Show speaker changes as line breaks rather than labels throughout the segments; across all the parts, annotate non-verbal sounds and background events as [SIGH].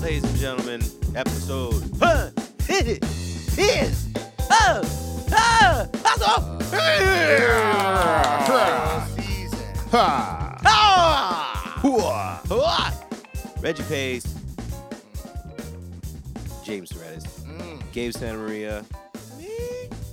ladies and gentlemen, episode. Huh, hit it, is, oh, ah, that's all.
Season.
Ha!
Ah,
Hooah!
hua. Reggie Pace, James Redis,
Mm,
Gabe Santa Maria.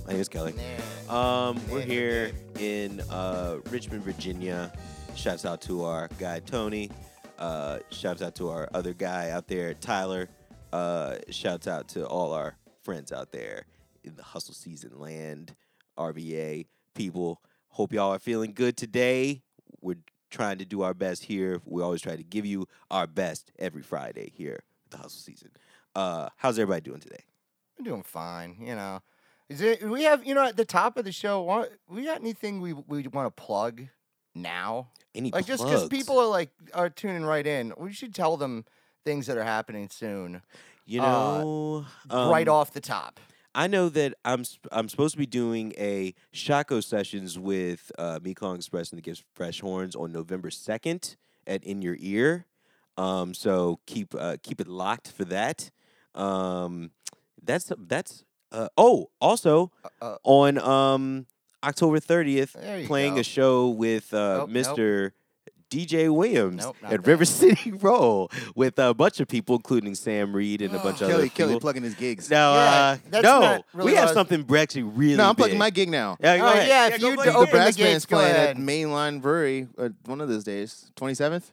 My name is Kelly.
nah.
Um, we're
Yeah,
here in uh, Richmond, Virginia. Shouts out to our guy Tony. Uh, shouts out to our other guy out there, Tyler. Uh, shouts out to all our friends out there in the hustle season land, RVA people. Hope y'all are feeling good today. We're trying to do our best here. We always try to give you our best every Friday here at the hustle season. Uh, how's everybody doing today?
We're doing fine, you know. Is it, we have, you know, at the top of the show, wa- we got anything we, we want to plug now?
Any
Like, just
plugs?
because people are like, are tuning right in, we should tell them things that are happening soon,
you
uh,
know,
right
um,
off the top.
I know that I'm s- I'm supposed to be doing a Shaco sessions with uh, Mekong Express and the Gives Fresh Horns on November second at In Your Ear. Um, so keep uh, keep it locked for that. Um, that's that's uh, oh also
uh,
on um, October thirtieth
There you
playing
go.
a show with uh,
Nope, nope.
Mr. DJ Williams
Nope, not
at
that.
River City [LAUGHS] Roll with a bunch of people, including Sam Reed and a bunch of other
Kelly, Kelly,
people.
plugging his gigs.
No,
Yeah,
uh,
that's
no,
not really
we have
what I was-
something actually really.
no, I'm
big.
plugging my gig now.
Yeah, go
Oh,
ahead.
yeah, if
go
you
plug
do
your
The
open
gig.
the
brass
gates,
band's
go
playing
ahead.
at Mainline Brewery uh, one of those days, 27th.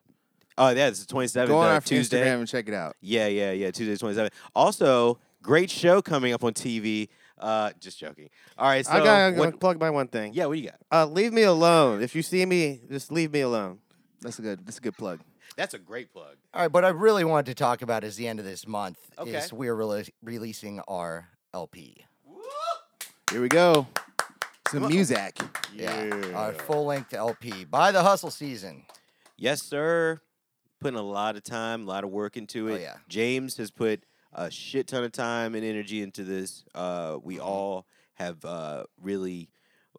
Oh yeah, it's the 27th
Go on
uh,
our
Tuesday.
Instagram and check it out.
Yeah, yeah, yeah. Tuesday 27th. Also, great show coming up on TV. Uh, just joking. All right, so
I gotta
what-
plug my one thing.
yeah, what do you got?
Uh, leave me alone. If you see me, just leave me alone.
That's a good. That's a good plug.
That's a great plug.
All right, what I really wanted to talk about is the end of this month
Okay.
is we're rele- releasing our LP.
Here we go. Some music.
Our full length LP by the hustle season.
Yes, sir. Putting a lot of time, a lot of work into
Oh,
it.
yeah.
James has put a shit ton of time and energy into this. Uh, we
Mm-hmm.
all have uh, really.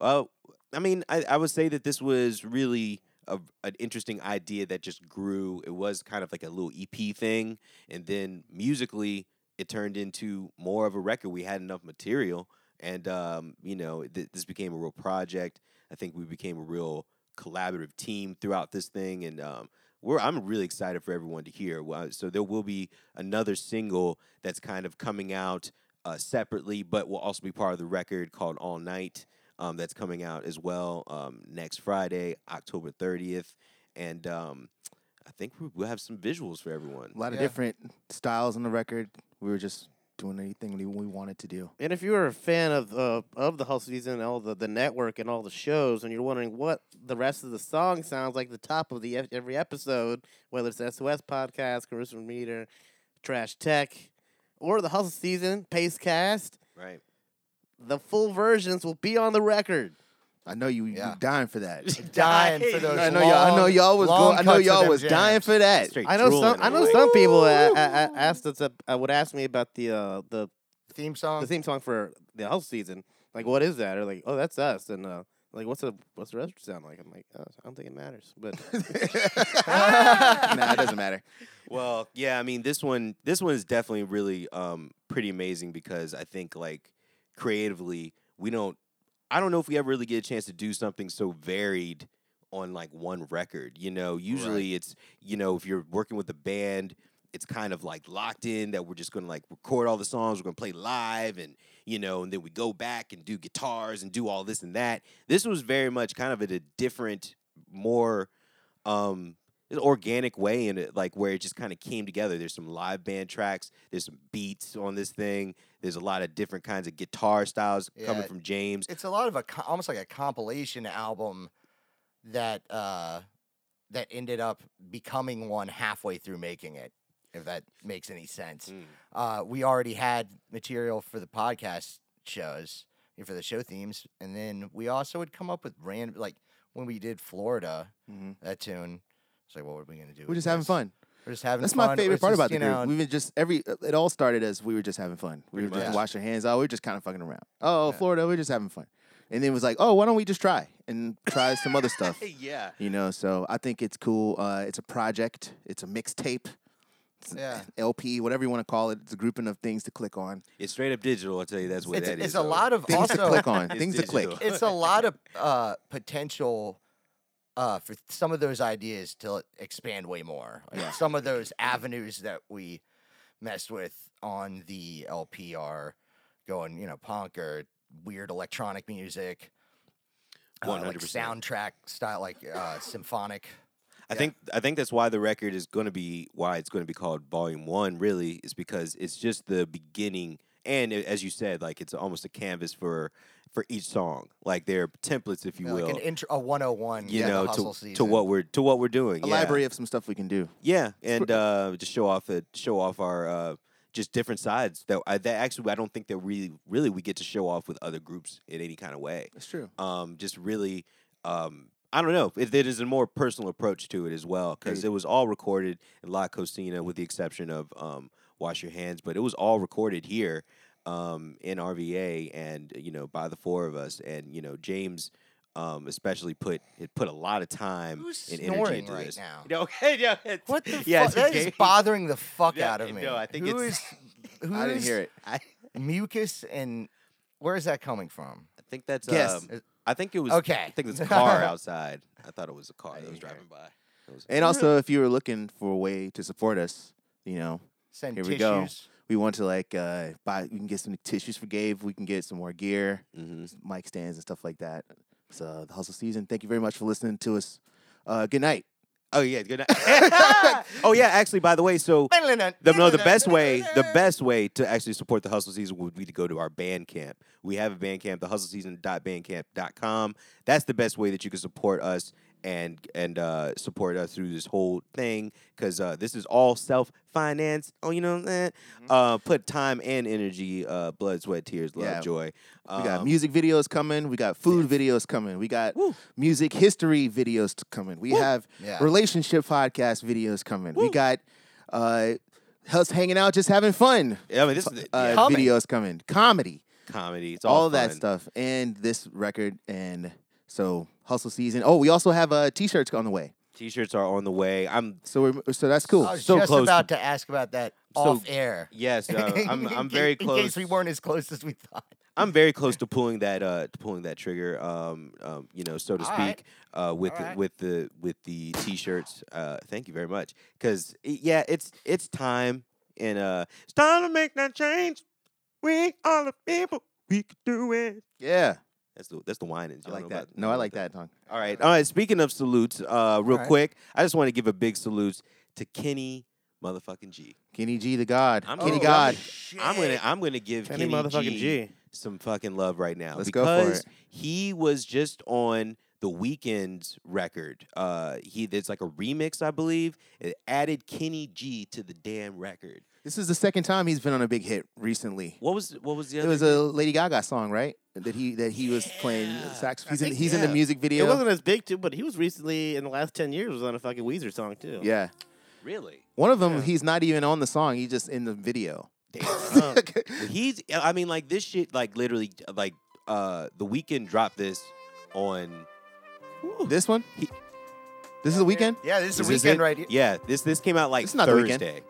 Uh, I mean, I, I would say that this was really a, an interesting idea that just grew. It was kind of like a little EP thing, and then musically, it turned into more of a record. We had enough material, and um, you know, th- this became a real project. I think we became a real collaborative team throughout this thing, and um, we're I'm really excited for everyone to hear. Well, So there will be another single that's kind of coming out uh, separately, but will also be part of the record called All Night. Um, that's coming out as well um, next Friday, October 30th, and um, I think we- we'll have some visuals for everyone.
A lot of
Yeah.
different styles on the record. We were just doing anything we- we wanted to do.
And if you are a fan of uh, of the whole season and all the, the network and all the shows, and you're wondering what the rest of the song sounds like, the top of the ev- every episode, whether it's SOS podcast, Charisma Meter, Trash Tech, or the Hustle Season, Pacecast,
Right.
the full versions will be on the record.
I know you,
Yeah.
you dying for
[LAUGHS]
that.
Dying for
Dying.
those.
I know y'all. I know
long,
y'all was.
long
Go, I know
cuts of
y'all
them
was dying
jams.
for that.
Straight
I know some.
drooling,
I know
like-
some people uh, uh, uh, asked us. Uh, uh, would ask me about the uh, the
theme song. [LAUGHS]
the theme song for the whole season. Like, what is that? Or like, oh, that's us. And uh, like, what's the what's the rest sound like? I'm like, oh, I don't think it matters. But
nah, it doesn't matter.
Well, yeah, I mean this one this one is definitely really um pretty amazing because I think like creatively we don't I don't know if we ever really get a chance to do something so varied on like one record. You know, usually it's you know, if you're working with a band, it's kind of like locked in that we're just gonna like record all the songs, we're gonna play live and you know, and then we go back and do guitars and do all this and that. This was very much kind of at a different, more um an organic way in it, like where it just kind of came together. There's some live band tracks, there's some beats on this thing, there's a lot of different kinds of guitar styles coming
Yeah.
from James.
[LAUGHS] it's a lot of a co- almost like a compilation album that uh that ended up becoming one halfway through making it. If that makes any sense.
Mm.
Uh, we already had material for the podcast shows and for the show themes, and then we also would come up with random like when we did Florida
Mhm.
that tune. It's like, what were we gonna do?
We're
with
just having
this?
fun.
We're just having.
That's
fun.
my
It
favorite
was
part
just,
about the
you know,
group. We've been just every. uh, It all started as we were just having fun. We
Pretty
were just
much.
washing hands out. We were just kind of fucking around. Oh,
Yeah.
Florida, we are just having fun. And then it was like, oh, why don't we just try and try some
[LAUGHS]
other stuff?
Hey, yeah.
You know, so I think it's cool. Uh, it's a project. It's a mixtape. It's an
Yeah.
LP, whatever you want to call it. It's a grouping of things to click on.
It's straight up digital. I'll tell you that's what
It's,
that is.
it's a
though.
lot of
Things to
also
click on.
It's
things to
digital.
[LAUGHS]
click.
it's a lot of uh, potential uh, for some of those ideas to expand way more. Like,
Yeah.
Some of those avenues that we messed with on the LPR, going you know punk or weird electronic music, uh, like
100%.
soundtrack style, like uh, symphonic.
I
Yeah.
think I think that's why the record is going to be why it's going to be called Volume One. Really, is because it's just the beginning, and a- as you said, like it's almost a canvas for for each song. Like they're templates, if you
Yeah,
will,
like an intro, a 101
you
yeah,
know,
the hustle
to,
season.
to what we're to what we're doing.
A
yeah.
library of some stuff we can do.
yeah, and uh, just show off it, show off our uh, just different sides that I, that actually I don't think that really really we get to show off with other groups in any kind of way
That's true.
um, just really um, I don't know. It, it is a more personal approach to it as well because it was all recorded in La Cocina with the exception of um, Wash Your Hands, but it was all recorded here um, in RVA and you know by the four of us and you know James um, especially put it put a lot of time
Who's
and energy
snoring
into
right
this.
now?
[LAUGHS] No, okay, yeah, it's-
What the
yeah,
fuck?
it's
That is
okay.
bothering the fuck
Yeah,
out of me.
no, I think
Who
it's-
is-
I didn't
who's
hear it.
Mucus and where is that coming from?
I think [LAUGHS] that's
Yes.
um, I think it was
Okay.
I think it's [LAUGHS]
[LAUGHS]
a car outside. I thought it was a car that was driving by. It was-
And also, if you were looking for a way to support us, you know,
Send
Here we
tissues.
go.
[LAUGHS]
we want to like uh, buy. We can get some tissues for Gabe. We can get some more gear,
Mhm.
mic stands, and stuff like that. So the hustle season. Thank you very much for listening to us. Uh, good night.
Oh yeah, good night. [LAUGHS] oh yeah, actually, by the way, so the, no,
[LAUGHS]
the best way, the best way to actually support the hustle season would be to go to our band camp. We have a band camp, thehustleseason.bandcamp.com. That's the best way that you can support us and and uh, support us through this whole thing because uh, this is all self financed. Oh, you know that. Uh, put time and energy, uh, blood, sweat, tears, love,
Yeah.
joy.
We got
Um,
music videos coming. We got food videos coming. We got
Woo.
music history videos t- coming. We have
Yeah.
relationship podcast videos coming. We got uh, us hanging out, just having fun.
I mean, this is
Uh,
yeah,
Coming.
videos coming. Comedy.
comedy. It's all,
all, that
fun.
stuff and this record and so hustle season. Oh, we also have uh, t-shirts on the way.
T-shirts are on the way. I'm
So we're so that's cool.
I was
so
just
close to-
about to ask about that
So-
off air.
yes,
[LAUGHS]
uh, I'm
In
I'm
case-
very
In case
close.
we weren't as close as we thought.
I'm very close to pulling that uh to pulling that trigger um, um you know so to
All
speak
right.
uh with
All
the,
right.
with the with the t-shirts uh thank you very much cuz yeah it's it's time and uh it's time to make that change we are the people we can do it
yeah,
that's the that's the wine is
I like that. no, I like that song.
all right all right speaking of salutes uh real
right.
quick I just want to give a big salute to Kenny motherfucking G
Kenny G, the God.
I'm
Kenny
gonna-
God.
I'm going to I'm going to give
Kenny
Kenny,
motherfucking
G
G.
some fucking love right now
Let's go for
because
it.
he was just on the weekend's record. Uh, he there's like a remix, I believe. It added Kenny G to the damn record.
This is the second time he's been on a big hit recently.
What was what was the
It
other?
was a Lady Gaga song, right? That he that he was playing
Yeah.
sax.
I
He's in
think-
he's in the
yeah.
music video.
It wasn't as big too, but he was recently in the last ten years was on a fucking Weezer song too.
yeah, [LAUGHS]
really?
one of them
Yeah.
he's not even on the song. He's just in the video.
Damn. Well, he's I mean like this shit like literally like uh the weekend dropped this on
[LAUGHS] this one.
He-
this is the weekend.
Yeah, this is,
Is
the
this
weekend
it?
right here.
Yeah, this this came out like
This is not The Weeknd.
Thursday.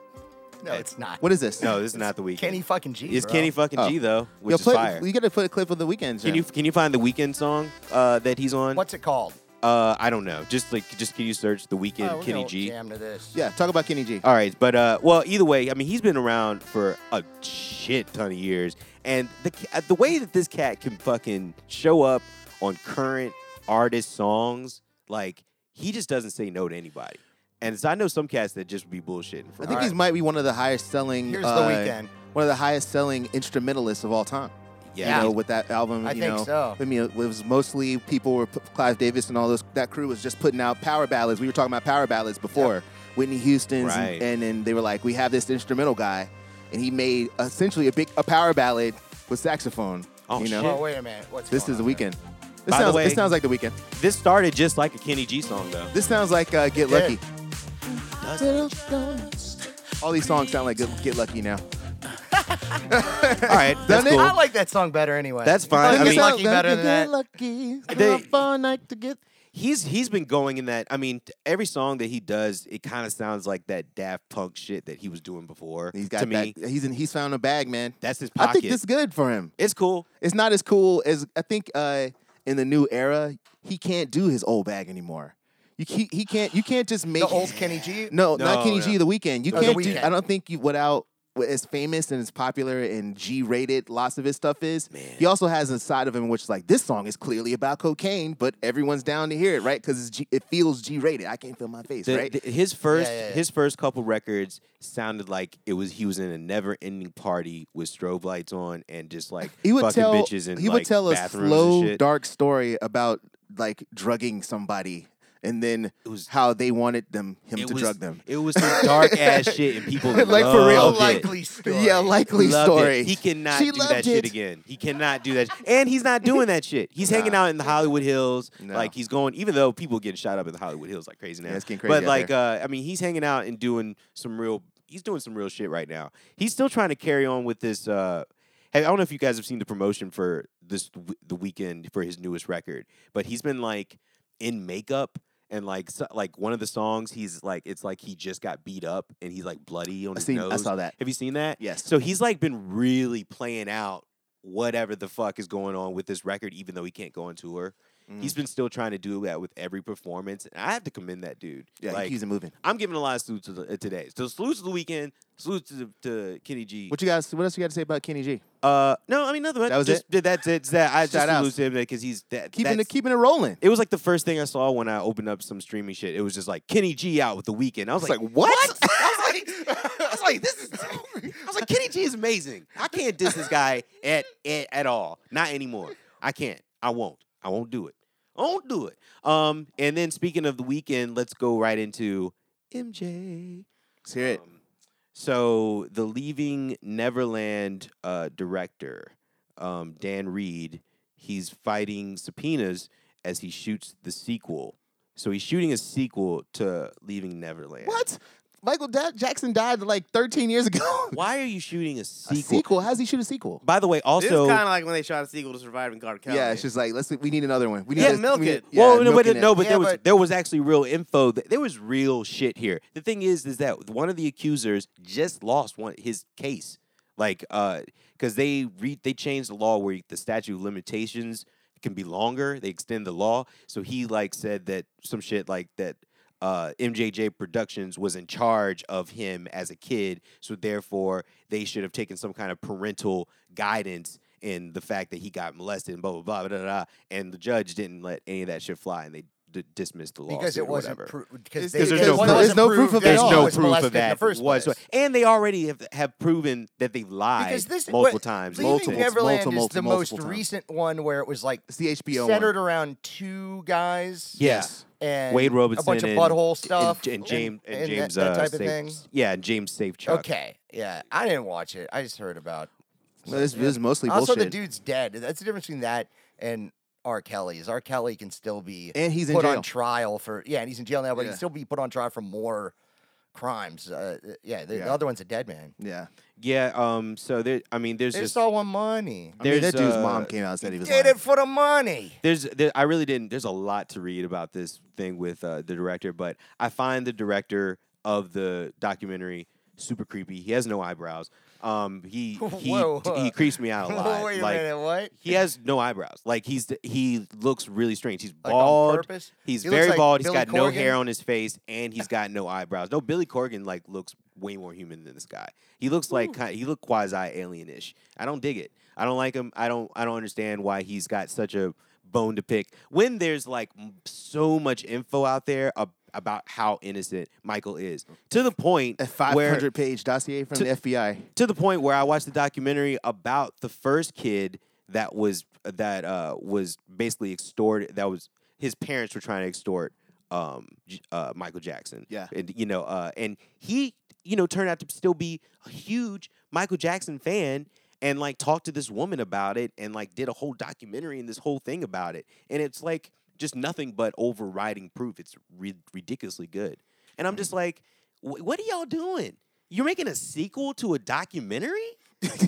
No, it's not.
What is this?
No, this is not the weekend.
Kenny fucking G.
it's
bro.
Kenny fucking
Oh.
G though, which
Yo,
is
play-
fire.
You got to put a clip of the weekend.
Can you can you find the weekend song uh, that he's on?
What's it called?
Uh, I don't know. Just like just can you search the weekend
Oh, we're
Kenny
gonna
G?
Jam to this.
Yeah, talk about Kenny G.
All right, but uh, well, either way, I mean, he's been around for a shit ton of years, and the ca- uh, the way that this cat can fucking show up on current artist songs, like he just doesn't say no to anybody. And so I know some cats that just be bullshitting. For
I think
hours.
he might be one of the highest selling.
Here's
uh,
the weekend.
One of the highest selling instrumentalists of all time.
yeah,
You know, with that album.
I
you
think
know,
so.
I mean, it was mostly people were p- Clive Davis and all those. That crew was just putting out power ballads. We were talking about power ballads before. Whitney Houston's,
Right.
and, and then they were like, we have this instrumental guy, and he made essentially a big a power ballad with saxophone.
Oh,
you know,
shit.
Well, wait a minute. What's
this
going
is the
on here?
weekend. This
By the
sounds.
way-
this sounds like the weekend.
this started just like a Kenny G song though.
This sounds like uh, Get
Yeah.
Lucky. All these songs sound like Get, Get Lucky now.
All
[LAUGHS]
right, that's
Doesn't it?
cool.
I like that song better anyway.
That's fine. I
I
mean-
lucky better than that.
Lucky.
They-
all night to get.
he's he's been going in that. I mean, t- every song that he does, it kind of sounds like that Daft Punk shit that he was doing before.
He's got
to
that.
me.
He's in, he's found a bag, man.
That's his
I
pocket.
think this is good for him.
it's cool.
It's not as cool as I think uh, in the new era. He can't do his old bag anymore. You he, he can't. You can't just make
The old Kenny G.
No, not
No,
Kenny
yeah.
G. The weekend. You
Oh, The
can't do.
Weeknd.
I don't think you without as famous and as popular and G-rated lots of his stuff is.
Man.
He also has a side of him which is like this song is clearly about cocaine, but everyone's down to hear it, right? Because G- it feels G-rated. I can't feel my face,
The-
right?
the- his first
yeah, yeah.
his first couple records sounded like it was he was in a never ending party with strobe lights on and just like
he would
fucking
tell.
bitches and
he
like,
would tell a
bathrooms and
slow,
shit.
dark story about like drugging somebody, and then
It was-
how they wanted them him
it
to
was,
drug them. [LAUGHS]
It was some dark ass shit and people
Like, for
loved
real.
it.
likely story.
Yeah, likely
Loved it.
story.
He cannot
She
do
loved
that shit
it.
again. He cannot do that. And he's not doing that shit. He's hanging
Nah.
out in the Hollywood Hills.
No.
Like he's going, even though people getting shot up in the Hollywood Hills like crazy now.
Yeah, it's getting
But
crazy out
like, uh, I mean, he's hanging out and doing some real. He's doing some real shit right now. He's still trying to carry on with this. Uh, hey, I don't know if you guys have seen the promotion for this w- the weekend for his newest record, but he's been like in makeup. And like, so, like one of the songs, he's like, it's like he just got beat up, and he's like bloody on
I
his
seen.
nose.
I saw that.
Have you seen that?
Yes.
So he's like been really playing out whatever the fuck is going on with this record, even though he can't go on tour. He's
Mm.
been still trying to do that with every performance, and I have to commend that dude.
Yeah,
like,
he keeps it moving.
I'm giving a lot of salutes to the, uh, today. So salutes to the weekend, salutes to, to Kenny G.
What you guys? What else you got to say about Kenny G?
uh, no, I mean nothing. much.
That was
just, it. That's it. That, I just
Shout outs.
salute to him because he's that.
Keeping it,
that's-
keeping it rolling. [LAUGHS]
It was like the first thing I saw when I opened up some streaming shit. It was just like Kenny G out with the weekend. I was like,
what?
I was like, I was like, [LAUGHS] this is. I was like, Kenny G is amazing. I can't diss this guy at at, at all. Not anymore. I can't. I won't. I won't do it. I won't do it. Um, and then speaking of the weekend, let's go right into MJ.
Let's hear it.
Um, so the Leaving Neverland uh, director, um, Dan Reed, he's fighting subpoenas as he shoots the sequel. So he's shooting a sequel to Leaving Neverland.
[LAUGHS] What? Michael da- Jackson died like 13 years ago. [LAUGHS]
Why are you shooting a
A
sequel?
sequel? How does he shoot a sequel?
By the way,
This
also.
is kind of like when they shot a sequel to Surviving Guard County.
Yeah, it's just like let's. We need another one. We need
Yeah,
this-
milk
we need-
it.
yeah,
well, no, but,
milking it.
no, but
Yeah,
there was
but-
there was actually real info. That, there was real shit here. The thing is, is that one of the accusers just lost one his case, like because they re- they changed the law where the statute of limitations can be longer. They extend the law, so he like said that some shit like that. Uh, MJJ Productions was in charge of him as a kid, so therefore they should have taken some kind of parental guidance in the fact that he got molested and blah blah blah blah blah. blah and the judge didn't let any of that shit fly, and they d- dismissed the law
because it wasn't
whatever.
proof. Because
It's-
they-
there's
it
no
wasn't
proof.
There's no proof
proved
of
that
it
There's
all.
he
no
was
proof
molested
of
in the
that
first place.
whatsoever. and they already have, have proven that they've lied
Because this
multiple
what-
times.
Leaving
Multiple.
Never-
Neverland
multiple,
is the
multiple
most
times.
recent one where it was like
It's the HBO
centered
one.
around two guys.
Yes.
and
Wade Robinson
a bunch of
and-
butthole stuff,
and, and James and,
that-
James
that,
uh,
type of
Safe-
thing.
Yeah, and James Safechuck.
Okay, yeah, I didn't watch it. I just heard about.
No, this, this is mostly
also,
bullshit.
the dude's dead. That's the difference between that and R. Kelly. Is R. Kelly can still be
and he's in
put
jail.
on trial for yeah, and he's in jail now, but he
Yeah.
can still be put on trial for more crimes. Uh, yeah, the,
Yeah.
the other one's a dead man.
yeah,
Yeah. Um. So there. I mean, there's
They
just
just all want money.
I mean,
There's,
that dude's
uh,
mom came out and said he was.
Did
lying.
it for the money.
there's there, I really didn't. There's a lot to read about this thing with uh, the director, but I find the director of the documentary super creepy. He has no eyebrows. Um,
[LAUGHS]
he he
Whoa.
he creeps
[LAUGHS]
me out a lot.
Wait a
like
minute, what?
he has no eyebrows. Like he's he looks really strange. He's
Like on
bald.
purpose?
He's
He looks
very
like
bald.
Billy
he's got no
Corgan.
hair on his face, and he's got no eyebrows. No, Billy Corgan like looks way more human than this guy. He looks like ki- he looked quasi alienish. I don't dig it. I don't like him. I don't. I don't understand why he's got such a bone to pick when there's like m- so much info out there ab- about how innocent Michael is to the point
A
where
500 page dossier from
To-
the FBI.
to the point where I watched the documentary about the first kid that was that uh, was basically extorted. That was his parents were trying to extort um, J- uh, Michael Jackson.
Yeah.
and you know, uh, and he you know turned out to still be a huge Michael Jackson fan. And like talked to this woman about it, and like did a whole documentary and this whole thing about it, and it's like just nothing but overriding proof. It's ri- ridiculously good,
[LAUGHS]
and I'm just like, "Wh- what are y'all doing? You're making a sequel to a documentary?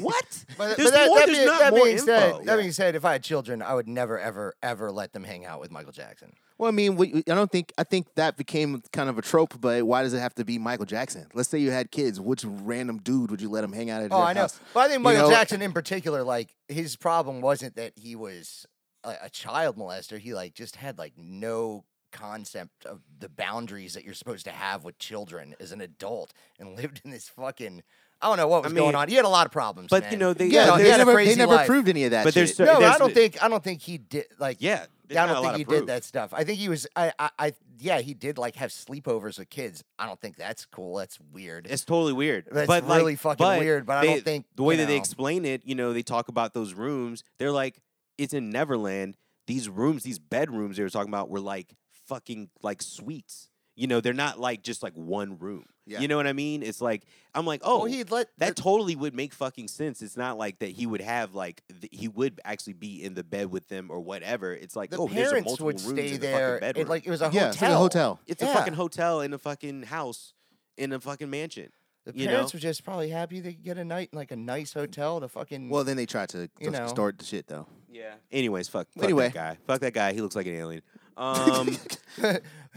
what? [LAUGHS]
But,
There's
but that,
more-
that,
there's
being,
not
that
more
being said,
info.
that
Yeah.
being said, if I had children, I would never, ever, ever let them hang out with Michael Jackson.
Well, I mean, we, I don't think I think that became kind of a trope. But why does it have to be Michael Jackson? Let's say you had kids. Which random dude would you let him hang out at?
Oh,
your
I know.
house?
But I think Michael
know-
Jackson, in particular, like his problem wasn't that he was a, a child molester. He like just had like no concept of the boundaries that you're supposed to have with children as an adult, and [LAUGHS] lived in this fucking. I don't know what was
mean,
going on. He had a lot of problems.
but, you
man.
know, they-
Yeah,
No,
they
he had a
never they
crazy
never
life.
proved any of that.
But there's
shit.
cer-
No,
there's-
I don't think. I don't think he did. Like,
Yeah, there's
I
not a
don't
lot
think
of
he
proof.
did that stuff. I think he was. I, I. I. Yeah, he did like have sleepovers with kids. I don't think that's cool. That's weird.
It's totally weird.
That's
but like,
really fucking
but
weird, but I
they-
don't think,
the way
you
that they
know.
explain it, you know, they talk about those rooms. They're like, it's in Neverland. These rooms, these bedrooms they were talking about were like fucking like suites. You know, they're not like just like one room.
Yeah.
You know what I mean? It's like I'm like, oh,
well, he let
that totally would make fucking sense. It's not like that he would have like th- he would actually be in the bed with them or whatever. It's like
the
oh, here's a
parents
multiple
would
rooms
stay
in
there.
the fucking
it,
bedroom.
like it was a
yeah,
hotel.
it's like a hotel.
it's a
yeah.
fucking hotel in a fucking house in a fucking mansion.
The
you
parents
know?
were just probably happy they could get a night in like a nice hotel to fucking.
Well, then they tried to
You know.
start the shit though.
Yeah. Anyways, fuck. fuck
Anyway.
that guy. Fuck that guy. He looks like an
[LAUGHS]
alien. Um,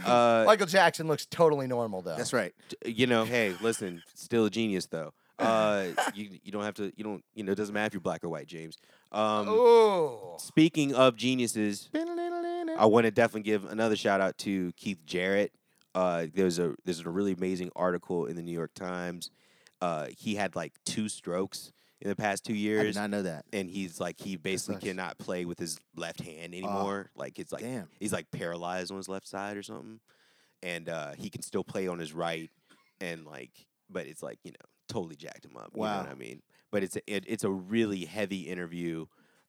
uh,
[LAUGHS] Michael Jackson looks totally normal though.
[LAUGHS] That's right.
you know, hey, listen, still a genius
[LAUGHS]
though. Uh, you you don't have to. You don't. You know, it doesn't matter if you're black or white, James. Um,
Oh,
speaking of geniuses, I want to definitely give another shout out to Keith Jarrett. Uh, there's a there's a really amazing article in the New York Times. Uh, he had like two strokes in the past two
I did
years.
not know that.
and he's like he basically
sucks.
cannot play with his left
Ah.
hand anymore. like it's like
damn.
he's like paralyzed on his left side or something, and uh, he can still play on his right, and like but it's like you know totally jacked him up. You know
Wow.
what I mean? But it's a, it, it's a really heavy interview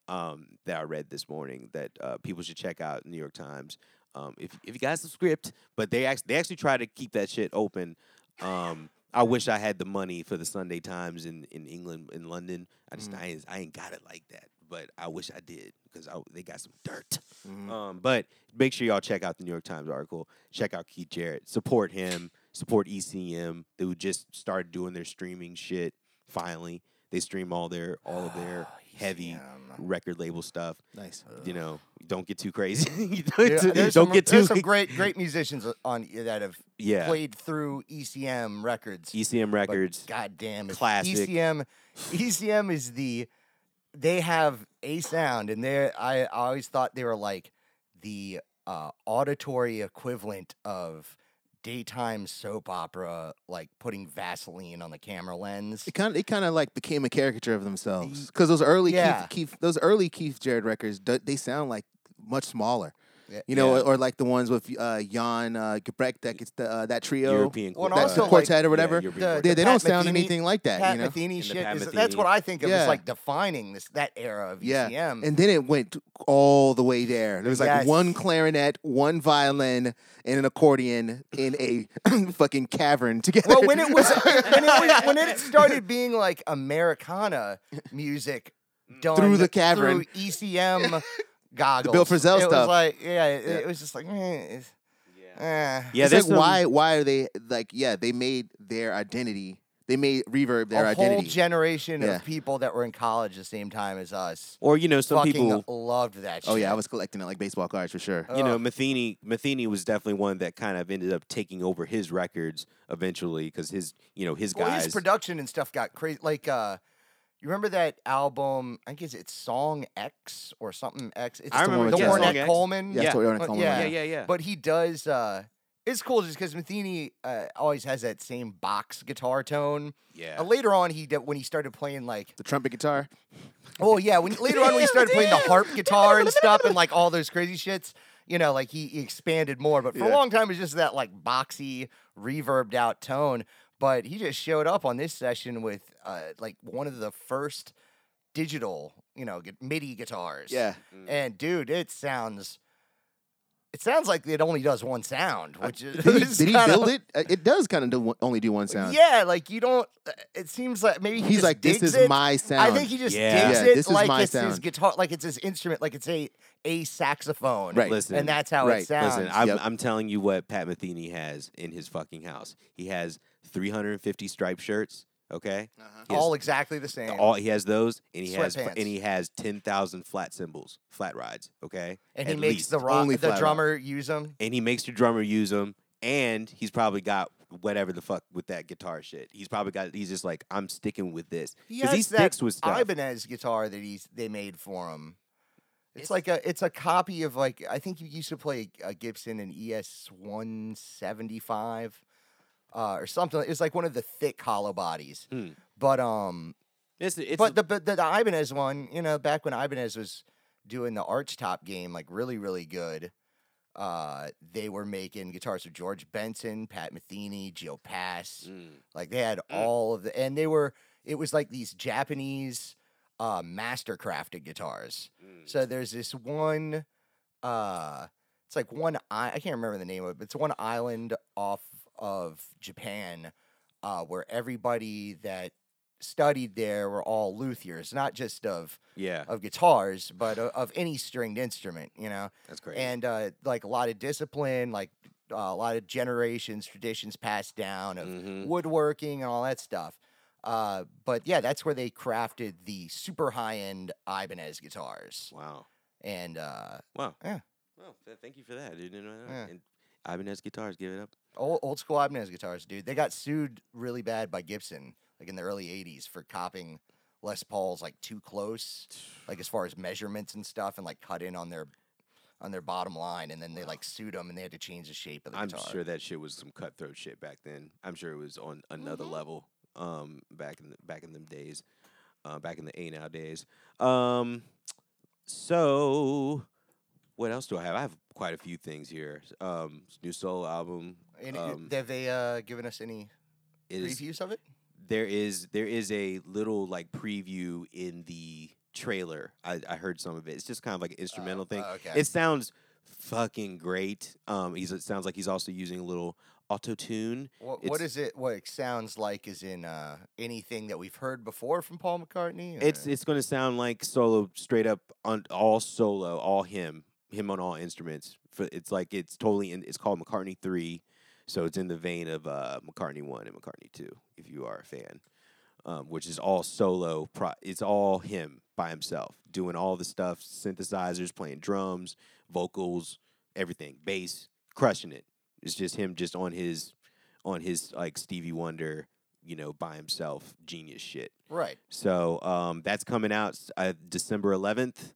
um, that I read this morning that uh, people should check out. New York Times. Um, if if you guys the script, but they actually they actually try to keep that shit open. Um, I wish I had the money for the Sunday Times in, in England in London. I just
Mm-hmm.
I, ain't, I ain't got it like that, but I wish I did because I, they got some dirt.
Mm-hmm.
Um, but make sure y'all check out the New York Times article. Check out Keith Jarrett. Support him. Support ECM. They would just start doing their streaming shit. Finally, they stream all their all of their
Oh, Ah, E
heavy
ECM.
record label stuff.
Nice.
You know, don't get too crazy. [LAUGHS] You don't
Yeah,
don't
there's some,
get too
there's some great, great musicians uh, on that have
[LAUGHS] yeah.
played through ECM records.
ECM Records.
God damn E it.
Classic.
ECM ECM E is the they have a sound and they are I, I always thought they were like the uh, auditory equivalent of daytime soap opera like putting Vaseline on the camera lens.
It kind of it kind of like became a caricature of themselves because those early
Yeah.
Keith, Keith those early Keith Jared records do- they sound like much smaller.
Yeah.
You know, or, or like the ones with uh, Jan uh, Gebrecht that gets the uh, that trio,
European
Well, and
Quartet.
that
also, like,
quartet or
Yeah,
whatever.
European
the-
Quartet.
they, they don't
Pat
sound
Metheny-
anything like that.
Pat
you know,
Metheny
And the
shit
Pat
is,
Metheny.
that's what I think of
Yeah.
as like defining this that era of E
Yeah.
ECM.
And then it went all the way there. There was like
Yes.
one clarinet, one violin, and an accordion in a [CLEARS THROAT] fucking cavern [LAUGHS] together.
well, when it was when it, was- when it started being like Americana music done
Through the cavern.
through ECM goggles,
Frizzell
it
stuff.
was like yeah, it,
Yeah.
it was just like eh, it's-
Yeah.
eh.
Yeah,
it's
there's
like
some-
why why are they like yeah they made their identity they made reverb their
a whole
identity
generation
Yeah.
of people that were in college the same time as us
Or you know, some
fucking
people.
loved that. shit.
oh yeah I was collecting it like baseball cards for sure
You know,
Ugh.
Matheny Matheny was definitely one that kind of ended up taking over his records eventually because his you know his
Well,
guys.
his production and stuff got crazy. Like, uh, you remember that album? I guess it's Song X or something X. It's
I
the
remember
the
yeah,
Ornette
Song X.
Coleman.
yeah, that's
Yeah.
what
Uh,
Ornette Coleman
yeah.
yeah,
was.
yeah, yeah.
[LAUGHS] But he does. Uh, it's cool just because Matheny uh, always has that same box guitar tone.
yeah.
Uh, later on, he did, when he started playing like,
the trumpet
[LAUGHS]
guitar
oh yeah, when later on when he started playing the harp guitar and stuff and like all those crazy shits. You know, like he, he expanded more, but for
Yeah.
a long time it was just that like boxy, reverbed out tone. But he just showed up on this session with uh, like one of the first digital, you know, gu- MIDI guitars.
yeah
And dude, it sounds. It sounds like it only does one sound, which is [LAUGHS]
did he,
is
did he
kinda-
build it Uh, it does kind of do one- only do one sound
Yeah, like you don't. uh, It seems like maybe he
he's
just
like this
digs
is
it.
my sound
I think he just
Yeah.
digs
Yeah,
it
this is
like
my
it's his
sound.
guitar, like it's his instrument, like it's a a saxophone,
Right.
Listen,
and that's how
right.
it sounds.
Listen, I'm,
Yep.
I'm telling you what Pat Metheny has in his fucking house. He has 350 striped shirts, Okay,
Uh-huh.
Yes.
All exactly the same.
all he has those, and he has
Sweatpants.
and he has ten thousand flat cymbals, flat rides. Okay,
and he
at
makes
least.
the rock,
Only
the
flat
drummer use them.
and he makes the drummer use them, and he's probably got whatever the fuck with that guitar shit. He's probably got. He's just like, I'm sticking with this
He
because he
has that
sticks with stuff.
Ibanez guitar that he's they made for him. It's, like a it's a copy of like I think you used to play a Gibson an ES one seventy five uh, or something. It's like one of the thick hollow bodies.
Hmm.
But um,
It's, it's
but the, but the the Ibanez one, you know, back when Ibanez was doing the Archtop game, like really really good. Uh, they were making guitars with George Benson, Pat Metheny, Joe Pass.
Mm.
Like they had all of the, and they were, it was like these Japanese uh, mastercrafted guitars.
Mm.
So there's this one, uh, it's like one, I, I can't remember the name of it, but it's one island off of Japan uh, where everybody that studied there were all luthiers, not just of,
yeah,
of guitars, but of, of any stringed instrument, you know?
that's great.
and uh, like a lot of discipline, like uh, a lot of generations, traditions passed down of
Mhm.
woodworking and all that stuff. Uh, but yeah, that's where they crafted the super high end Ibanez guitars.
Wow.
And uh,
Wow.
Yeah.
Well, th- thank you for that. Dude. You know,
Yeah.
And Ibanez guitars, give it up.
old, old school Ibanez guitars, dude, they got sued really bad by Gibson, like in the early 80s, for copying Les Paul's like too close, like as far as measurements and stuff, and like cut in on their. On their bottom line, and then they like sued them, and they had to change the shape of the
I'm
guitar.
sure that shit was some cutthroat shit back then. I'm sure it was on another level. Um, back in the, back in them days, uh, back in the A now days. Um, so what else do I have? I have quite a few things here. Um, s- new solo album.
And
um,
have they uh, given us any
it is
previews of it?
there is there is a little like preview in the trailer. I, I heard some of it. It's just kind of like an instrumental thing.
oh, okay.
It sounds fucking great. Um, he's it sounds like he's also using a little auto tune.
What, what
it's-
is it? What it sounds like is in uh, anything that we've heard before from Paul McCartney?
It's
or-
it's gonna sound like solo, straight up on all solo, all him, him on all instruments. For it's like it's totally in. It's called McCartney three, so it's in the vein of uh, McCartney one and McCartney two. If you are a fan, um, which is all solo. Pro- it's all him by himself doing all the stuff, synthesizers, playing drums, vocals, everything, bass, crushing it. It's just him, just on his, on his like Stevie Wonder, you know, by himself, genius shit.
right.
So um, that's coming out s- uh, December 11th,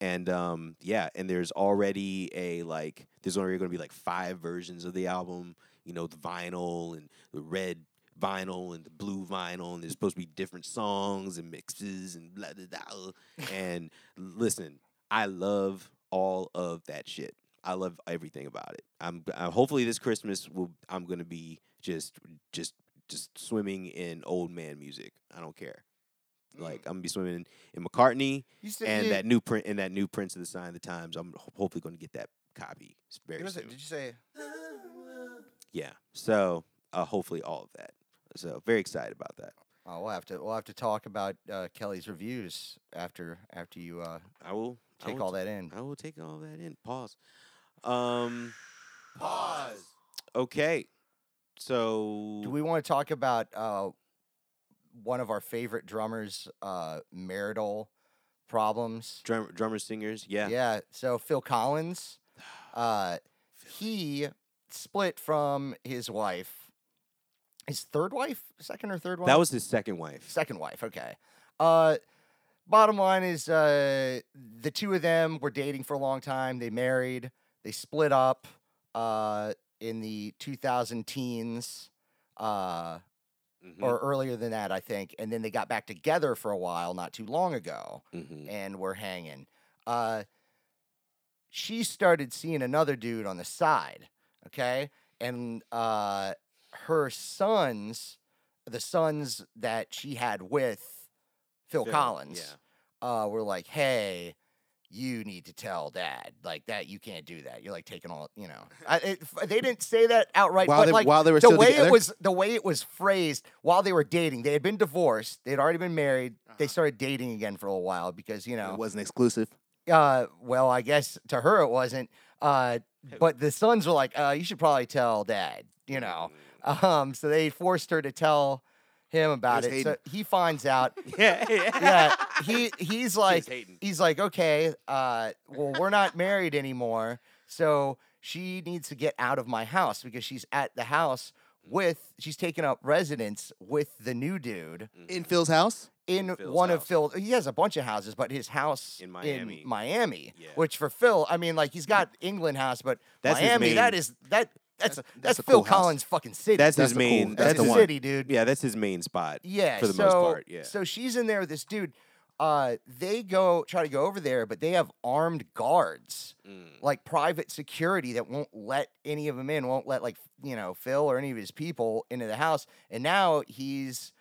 and um, yeah, and there's already a like there's already going to be like five versions of the album. You know, the vinyl and the red vinyl and the blue vinyl, and there's supposed to be different songs and mixes and blah blah blah. and listen, I love all of that shit. I love everything about it. I'm uh, hopefully this Christmas will I'm gonna be just just just swimming in old man music. I don't care.
Mm.
Like I'm gonna be swimming in, in McCartney
You said,
and
you-
that new print and that new Prince of the Sign of the Times. I'm ho- hopefully gonna get that copy s-
you
very
know,
soon.
Did you say?
Yeah. So uh, hopefully all of that. So very excited about that.
Oh, we'll have to we'll have to talk about uh, Kelly's reviews after after you uh,
I will I
take
will
all that in.
I will take all that in. Pause. Um, pause. Okay. So
Do we want to talk about uh, one of our favorite drummers' uh, marital problems?
drum, drummer singers. Yeah.
Yeah. So
[SIGHS]
Phil Collins, uh, he split from his wife, his third wife, second or third wife.
That was his second wife.
second wife. Okay. Uh, bottom line is uh, the two of them were dating for a long time. They married. They split up uh, in the 2000 teens. Uh,
Mhm,
or earlier than that, I think. And then they got back together for a while not too long ago
mhm.
and were hanging. Uh, she started seeing another dude on the side, okay? And uh, her sons, the sons that she had with Phil,
Phil,
Collins,
Yeah.
uh, were like, hey, you need to tell dad like that. You can't do that. You're like taking all, you know. I, it, they didn't say that outright,
While
but
they
like
while they were
the
still
way
together,
it was the way it was phrased while they were dating they had been divorced they had already been married they
Uh-huh.
started dating again for a while because you
it
know
wasn't exclusive.
uh, well i guess to her it wasn't uh,
Hey.
but the sons
Mm-hmm.
were like uh, you should probably tell dad you know um, so they forced her to tell him about
There's
it. So he finds out.
Mm-hmm. [LAUGHS] yeah,
yeah, he he's like
hating.
he's like okay, uh, well we're not married anymore, so she needs to get out of my house because she's at the house with she's taking up residence with the new dude
in Phil's house.
in
Phil's
one of
house.
Phil. He has a bunch of houses, but his house
In Miami.
Miami,
Yeah.
which for Phil, I mean, like he's got England house, but
That's his
Miami,
main-
that is that that's that's,
that's a
Phil
cool house.
Collins' fucking city.
That's,
That's
his
the cool-
main.
that's
that's
his
the
his
one.
city, dude.
Yeah, that's his main spot.
Yeah,
for the
so,
most part. Yeah.
So she's in there with this dude. Uh, they go try to go over there, but they have armed guards,
Mm.
like private security that won't let any of them in, won't let like you know Phil or any of his people into the house. And now he's,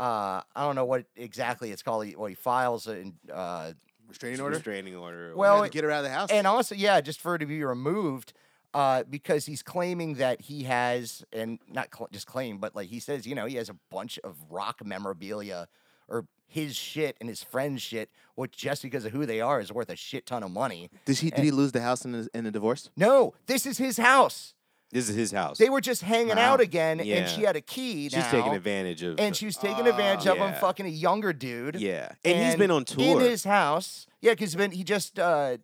uh, I don't know what exactly it's called. What he files and uh,
Restraining
Restraining order. or
Well,
whatever.
it-
get her out of the house.
and uh, also yeah, just for her to be removed. Uh, because he's claiming that he has, and not cl- just claim, but like he says, you know, he has a bunch of rock memorabilia or his shit and his friend's shit, which just because of who they are is worth a shit ton of money.
did he did he lose the house in the, in the divorce?
No, this is his house.
this is his house.
They were just hanging
Wow.
out again,
Yeah.
and she had a key.
She's taking
now,
advantage of.
and she was taking advantage of him,
yeah.
fucking a younger dude.
yeah, and, he's been on tour.
in his house. Yeah, because been he just uh,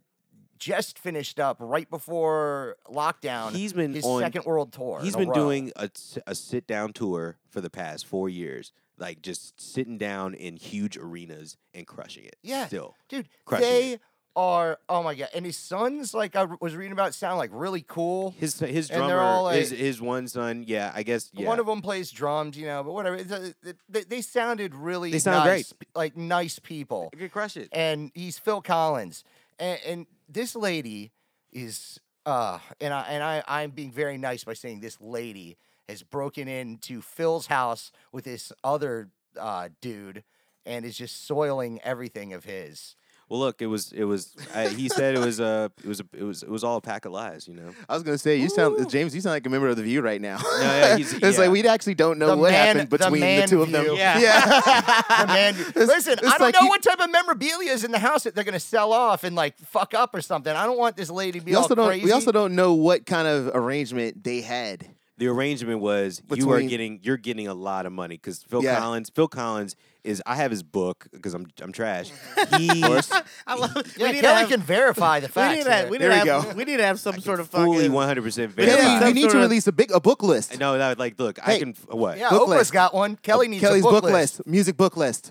just finished up right before lockdown.
He's been
his
on-
second world tour.
He's
in a
been
row.
doing a, s- a sit down tour for the past four years, like just sitting down in huge arenas and crushing it.
Yeah.
still.
dude.
crushing
They are oh my god, and his sons like I was reading about sound like really cool.
His his
And they're
drummer,
all, like-
his his one son. Yeah, I guess. Yeah,
One of them plays drums, you know, but whatever. It's, uh, it- They, they sounded really
They sound
nice,
great.
p- like nice people.
could crush it.
and he's Phil Collins, and, and this lady is, uh, and I and I I'm being very nice by saying this lady has broken into Phil's house with this other uh, dude, and is just soiling everything of his.
Well, look, it was it was. I, he said it was a it was a, it was it was all a pack of lies. You know.
I was gonna say you sound James. You sound like a member of the View right now.
yeah,
[LAUGHS]
he's-
it's
yeah.
like we actually don't know
The
what
man-
happened
the
between the,
man
two of them.
view.
Yeah.
[LAUGHS] The man, listen,
it's
I don't
like
know
you-
what type of memorabilia is in the house that they're gonna sell off and like fuck up or something. I don't want this lady to be
We also
all
don't.
crazy.
We also don't know what kind of arrangement they had.
The arrangement was you are
Between-
getting you're getting a lot of money because Phil
Yeah.
Collins. Phil Collins is I have his book because I'm I'm trash. He
[LAUGHS] I love.
Yeah,
we need to
Kelly
have,
can verify the
we
facts.
need to have,
here.
we need
There
to
we
have,
go.
we need to have some sort of
fully
fucking.
one hundred percent
Yeah.
Kelly,
verified.
you need to
Sort of-
release a big a book list.
No, no, like look, I
Hey.
can what?
yeah,
book
Oprah's
list.
got one. Kelly needs
Kelly's
a book,
book list. music book list.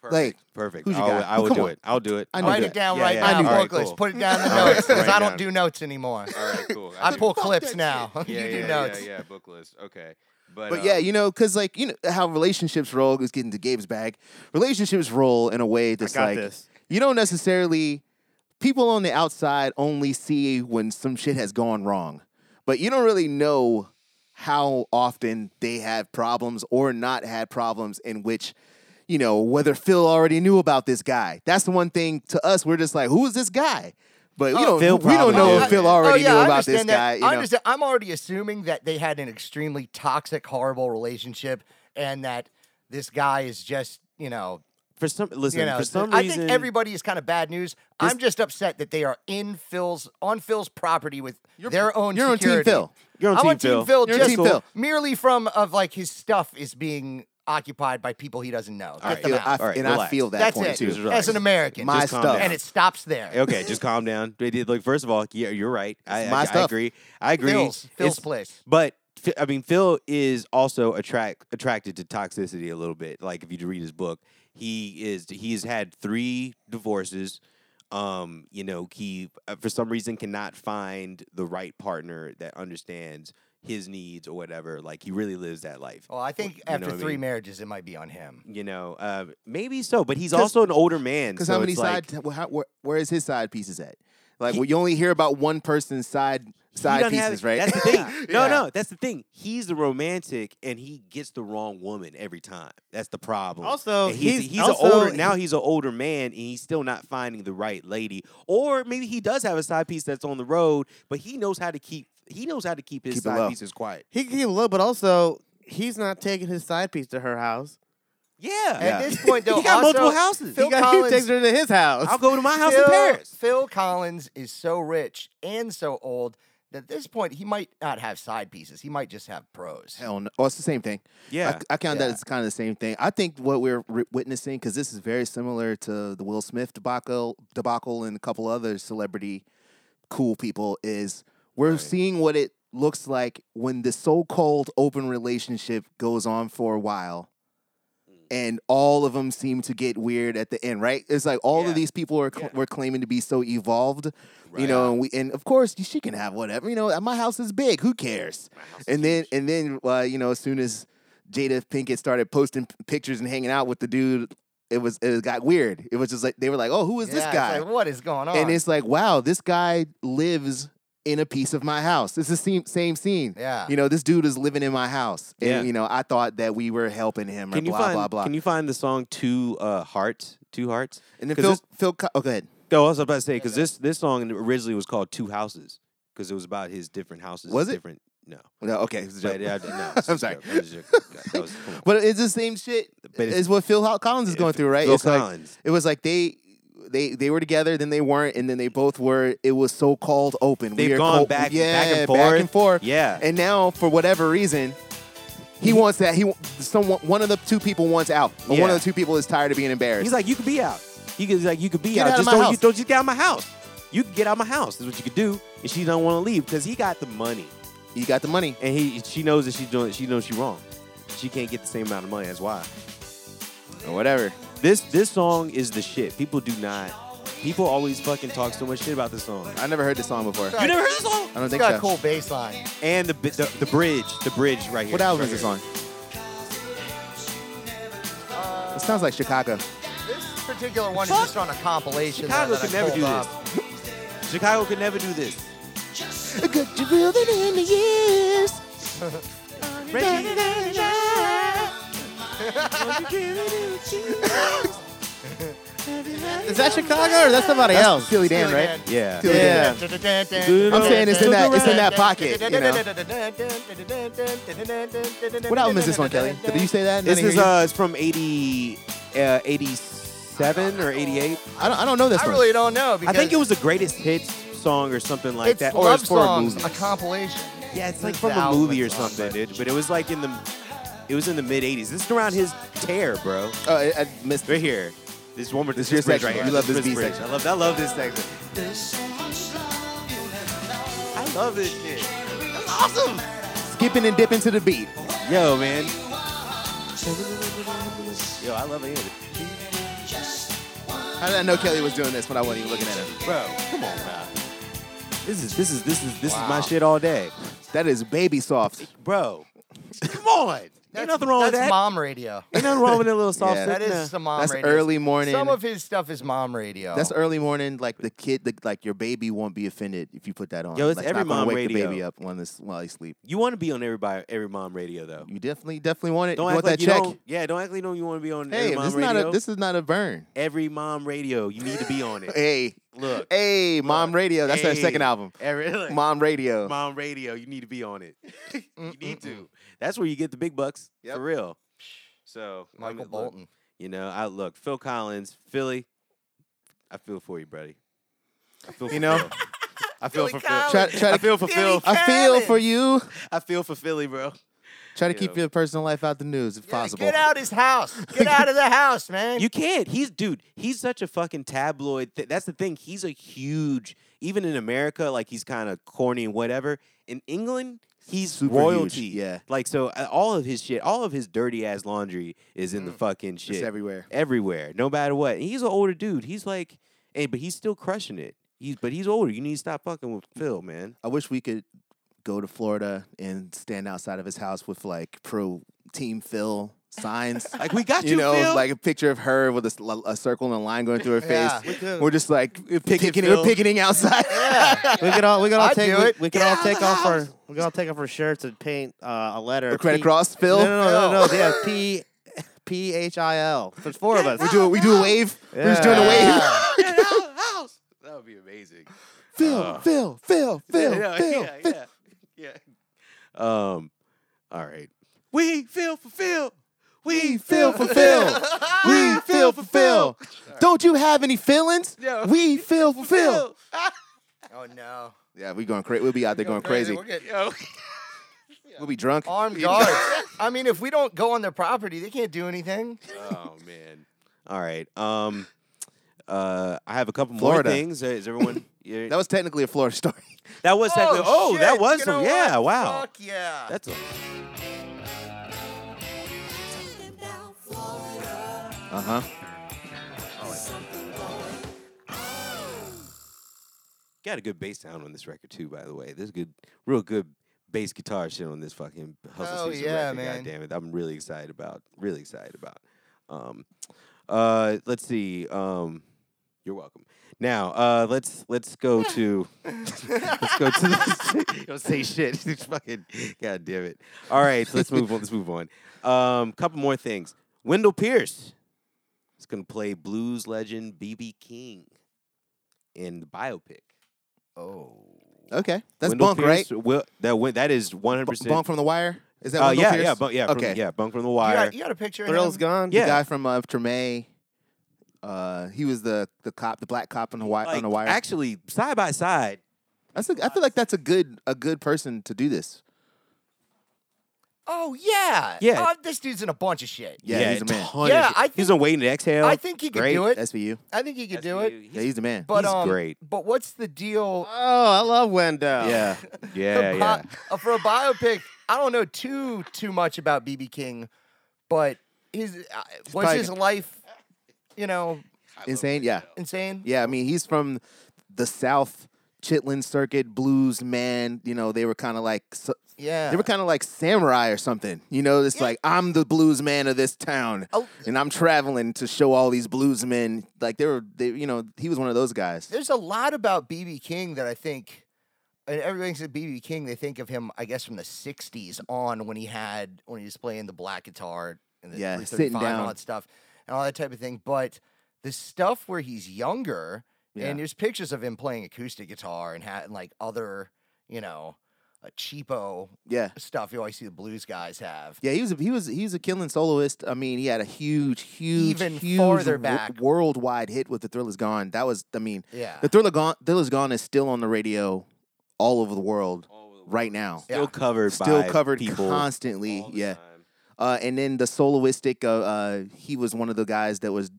Perfect.
Like,
perfect.
who's your
I'll,
guy?
I will
Come
do
on.
it. I'll do it.
I
I'll
knew
do
Write
that.
it down
Yeah,
right
yeah,
now.
yeah. All right,
book list.
cool.
Put it down in the
All right,
notes because
write
I
it
don't
down.
do notes anymore.
All right, cool.
I
can-
pull clips now. you
yeah,
do
yeah,
notes.
Yeah, yeah, book list. Okay. But,
But
um,
yeah, you know, because like you know how relationships roll. Is getting to Gabe's bag. Relationships roll in a way that's
got
like
this.
you don't necessarily. People on the outside only see when some shit has gone wrong, but you don't really know how often they had problems or not had problems in which. You know, whether Phil already knew about this guy. That's the one thing to us, we're just like, who is this guy? But we don't,
Phil
we don't
probably
know
knew.
if Phil
Oh,
already
oh, yeah,
knew
I
about this
understand that.
guy. You
I
know?
understand. I'm already assuming that they had an extremely toxic, horrible relationship, and that this guy is just, you know,
for some listen,
you know.
for some
I
reason
think everybody is kind of bad news. I'm just upset that they are in Phil's on Phil's property with their own.
You're on Team
security.
Phil.
you're on
I'm
team
on
Phil.
Team Phil.
You're on
just
Team Phil.
merely from of like his stuff is being occupied by people he doesn't know. Get
right,
them
yeah,
out.
I,
All right,
and I
relax.
feel that
That's
point
it.
too.
Just relax.
As an American,
My
Just calm
stuff.
down.
and it stops there.
Okay, just calm down. [LAUGHS] They did- Look, first of all, yeah, you're right. I,
It's my
I, I
stuff.
agree. I agree.
Phil's, Phil's
It's-
place.
But Ph- I mean, Phil is also attract attracted to toxicity a little bit. Like if you read his book, he is he's had three divorces. Um, you know, he uh, for some reason cannot find the right partner that understands his needs or whatever. Like he really lives that life.
Oh.
Well, I think
know
after
what I
three
mean?
marriages, it might be on him.
You know, uh, maybe so, but he's
'Cause-
also an older man.
Because
so
how many
it's like-
side? well, how, where, where is his side pieces at? Like well, you only hear about one person's side side
doesn't have-
pieces, right?
That's the
[LAUGHS]
thing. No,
Yeah.
no, that's the thing. He's the romantic, and he gets the wrong woman every time. That's the problem.
Also,
And Oh, he's
he's-
he's
also-
an older now. He's an older man, and he's still not finding the right lady. Or maybe he does have a side piece that's on the road, but he knows how to keep he knows how to keep his
Keep it low.
side pieces quiet.
He can keep it low, but also he's not taking his side piece to her house.
Yeah,
At this
[LAUGHS]
point, though,
he got
also,
multiple houses.
Phil
he, got,
Collins-
he takes her to his house.
I'll go to my house
Phil,
in Paris.
Phil Collins is so rich and so old at this point he might not have side pieces. He might just have pros.
Hell no. Well, it's the same thing.
Yeah.
I, I count
Yeah.
that as kind of the same thing. I think what we're re- witnessing, because this is very similar to the Will Smith debacle, debacle and a couple other celebrity cool people, is we're seeing what it looks like when the so-called open relationship goes on for a while.
Mm.
And all of them seem to get weird at the end, right? It's like all
Yeah.
of these people are cl-
Yeah.
were claiming to be so evolved, you know. And we, and of course, she can have whatever, you know. My house is big. Who cares? and then and then uh, you know as soon as Jada Pinkett started posting p- pictures and hanging out with the dude, it was it got weird. It was just like they were like, "Oh, who is
Yeah,
this
it's
guy?"
like, what is going on?
and it's like, "Wow, this guy lives in a piece of my house." It's the same same scene.
yeah.
You know, this dude is living in my house, and
Yeah.
you know, I thought that we were helping him or
Can you
blah
find
blah blah.
Can you find the song Two uh, Hearts? Two Hearts.
and then
'cause
Phil,
this-
Phil, Co- oh, go ahead.
No, I was about to say because this this song originally was called Two Houses because it was about his different houses.
Was it?
different? No.
No, okay, it was a joke.
But, uh,
[LAUGHS]
no, it's just
I'm
a
sorry.
joke. I'm just joking. No, that was- come on.
But it's the same shit.
But it's-
It's what Phil Ho- Collins is
Yeah,
going through, right?
Phil
it's like-
Collins.
it was like they they they were together, then they weren't, and then they both were. It was so called open.
They've
We are
gone
col-
back-
yeah,
back and
back
forth.
and forth.
Yeah.
And now, for whatever reason, he wants that. He wa- someone one of the two people wants out. Or One
Yeah.
of the two people is tired of being embarrassed.
He's like, you could be out. He could, he's like, you could be
Get
out.
out of
just
my
don't,
house.
You, don't just get out of my house. You can get out of my house. Is what you could do. And she don't want to leave because he got the money,
you got the money.
and he she knows that she's doing. She knows she's wrong. She can't get the same amount of money. That's why.
Or whatever.
This this song is the shit. People do not. People always fucking talk so much shit about this song.
I never heard this song before.
Sorry.
You never heard this song?
I don't
It's
think
got
so.
a cool bass line.
And the bi- the, the bridge, the bridge right here.
What
right
album is this
here.
on? It sounds like Chicago.
This particular one
Fuck.
is just on a compilation.
Chicago
that I
could never
pulled
do
up.
Chicago could never do this.
Could you feel it in the years?
Is that Chicago or that's somebody
That's
else?
Steely Dan,
Steely
right?
Dan.
Yeah.
Steely Dan.
Yeah.
I'm saying it's in that- it's in
that pocket, you What album is this on, Kelly? Did you say that? and I
This
didn't
is
hear you?
uh, it's from 80, uh, 87 or 88.
I don't I don't know this
I
one.
really don't know.
I
Because
think it was the greatest hits song or something like
it's
that. Or
love
it's for a
songs,
movie.
a compilation.
yeah, it's
This
like
is
from
the
a
album
movie or
it's on,
something,
but-
dude. But it was like in the, it was in the mid 80s. This is around his tear, bro.
Oh, I, I missed.
Right here. This one more.
This
This,
is your
bridge
section.
right here.
You love this B
bridge.
section.
I love. I love this section. I love this shit. That's awesome.
Skipping and dipping to the beat.
Yo, man. Yo, I love it,
How did I know Kelly was doing this when I wasn't even looking at him?
bro. Come on, bro. This is this is this is this is
Wow.
my shit all day,
That is baby soft.
bro. Come on. Ain't nothing wrong with
That's
that.
mom radio.
Ain't nothing wrong with that little soft
Yeah.
shit.
That
nah.
is some mom
That's
radio.
early morning.
Some of his stuff is mom radio.
That's early morning. Like the kid, the, like your baby won't be offended if you put that on.
Yo, it's
like,
every
not gonna
mom
wake the
radio.
baby up when this while he sleep.
You want to be on everybody, every mom radio though.
You definitely, definitely want it.
Don't
you
act
want
like
that
you
check.
don't. Yeah, don't act like you don't. You want to be on
Hey,
every mom
this is
radio.
not a this is not a burn.
every mom radio. You need to be on it.
[LAUGHS] Hey,
Look,
hey, mom radio. That's our
Hey.
second album.
every look, mom.
Mom radio.
radio. You need to be on
[LAUGHS]
it. you need to. That's where you get the big bucks
Yep.
for real. So I
Michael
mean, look,
Bolton.
You know, I look Phil Collins, Philly. I feel for you, buddy. I feel for
You know? [LAUGHS]
Phil. I feel for Phil.
Try, try
I
to,
feel for Phil.
I feel for you.
I feel for Philly, bro.
Try to
You
keep
know.
your personal life out the news if possible.
Get out his house.
[LAUGHS]
Get out of the house, man.
You can't. He's dude. He's such a fucking tabloid. Th- that's the thing. He's a huge. Even in America, like he's kind of corny and whatever. In England, he's
Super huge,
royalty.
yeah.
Like so, uh, all of his shit, all of his dirty ass laundry is in the fucking shit
Mm. It's everywhere.
everywhere, no matter what. And he's an older dude. He's like, hey, but he's still crushing it. He's but he's older. You need to stop fucking with Phil, man.
I wish we could go to Florida and stand outside of his house with like pro team Phil signs.
Like we got you,
You, know,
Phil.
like a picture of her with a, s- l- a circle and a line going through her
Yeah.
face. We're just like picketing,
Phil.
we're picketing outside. [LAUGHS]
We could all we could all
I'd
take
do
we,
it.
we could
Get
all
out of
take
the
off our
house.
we could all take off our shirts and paint uh, a letter.
the Credit
P-
Cross Phil.
No, no, no, no, no. Yeah, P P H I L. There's four of us.
We do we do a wave. We're just doing a wave.
Yeah.
[LAUGHS] Get out of the house. That would be amazing.
Phil,
Uh.
Phil, Phil, Phil,
yeah,
Phil.
yeah,
Phil.
yeah, yeah. Um, all right. We feel for Phil. We feel for [LAUGHS]
[LAUGHS]
Phil.
Ah,
We feel for Phil. Don't you have any feelings?
No. [LAUGHS]
We feel for Phil.
Oh no.
Yeah, we going crazy. We'll be out there going crazy.
We're getting
Yo.
We'll be drunk.
[LAUGHS]
armed
You know?
guards. I mean, if we don't go on their property, they can't do anything.
oh man. [LAUGHS] All right. Um. Uh, I have a couple
Florida.
more things. Uh, Is
[LAUGHS]
everyone? yeah,
That was technically a Florida
[LAUGHS]
story.
that was technically. Oh, that
shit,
was.
you
some-
know
yeah.
what?
Wow.
Fuck yeah.
That's a.
Uh
Uh-huh.
huh.
Got a good bass sound on this record too, by the way. There's good, real good bass guitar shit on this fucking hustle
Hell
season
yeah,
record.
man.
God damn it, I'm really excited about. Really excited about. Um, uh, let's see. Um, you're welcome. Now, uh, let's let's go to
[LAUGHS]
let's go to this. [LAUGHS] Don't say shit. It's fucking god damn it. All right, so let's move on. Let's move on. Um, couple more things. Wendell Pierce is gonna play blues legend B.B. King in the biopic.
Oh.
Okay, that's
Wendell
Bunk, right?
Pierce Will, that win, that is one hundred
B-
percent.
Bunk from The Wire. Is that
uh,
Wendell
yeah,
Pierce?
yeah, bunk, yeah, from-
Okay.
yeah, bunk from the
You
wire.
got, you got a picture of
Thrill's
him?
gone.
Yeah.
The guy from uh, Treme. Uh, he was the the cop, the black cop on the wire.
Like,
on the wire.
Actually, side by side,
That's a, I feel like that's a good a good person to do this.
Oh yeah.
Yeah.
Oh, this dudede's in a bunch of shit.
Yeah, he's a man.
ton of
Yeah,
shit.
I
he's
think-
on waiting to exhale.
I think he could
Great.
do it.
That's for you.
I think he could
That's
do
what
it.
you-
Yeah, he's the man.
But
he's
um,
great.
But what's the deal?
Oh, I love
um, [LAUGHS]
Wendell.
yeah,
yeah,
for,
yeah.
bi- uh, for a biopic, I don't know too too much about BB King, but his uh, was
probably
his life, you know,
insane. Yeah,
insane.
yeah. I mean, he's from the South Chitlin Circuit blues man. You know, they were kind of like s
Yeah.
they were kind of like samurai or something. You know, it's like I'm the blues man of this town,
Oh.
and I'm traveling to show all these blues men. Like they were, they, you know, he was one of those guys.
There's a lot about BB King that I think, and everything said BB King. They think of him, I guess, from the '60s on when he had when he was playing the black guitar and the
Yeah,
335 and
sitting
all
down.
that stuff and all that type of thing. But the stuff where he's younger,
Yeah.
and there's pictures of him playing acoustic guitar and had like other, you know, uh, cheapo
Yeah.
stuff you always see the blues guys have.
Yeah, he was a, he was he was a killing soloist. I mean, he had a huge, huge,
Even
huge
farther
wo-
back.
worldwide hit with the Thriller's Gone. That was, I mean,
Yeah.
the Thriller Gone, Thriller's Gone is still on the radio all over the world right now,
Still
Yeah.
covered.
still
by
covered
people.
constantly.
all the
Yeah,
time.
uh, and then the soloistic, uh, uh, he was one of the guys that was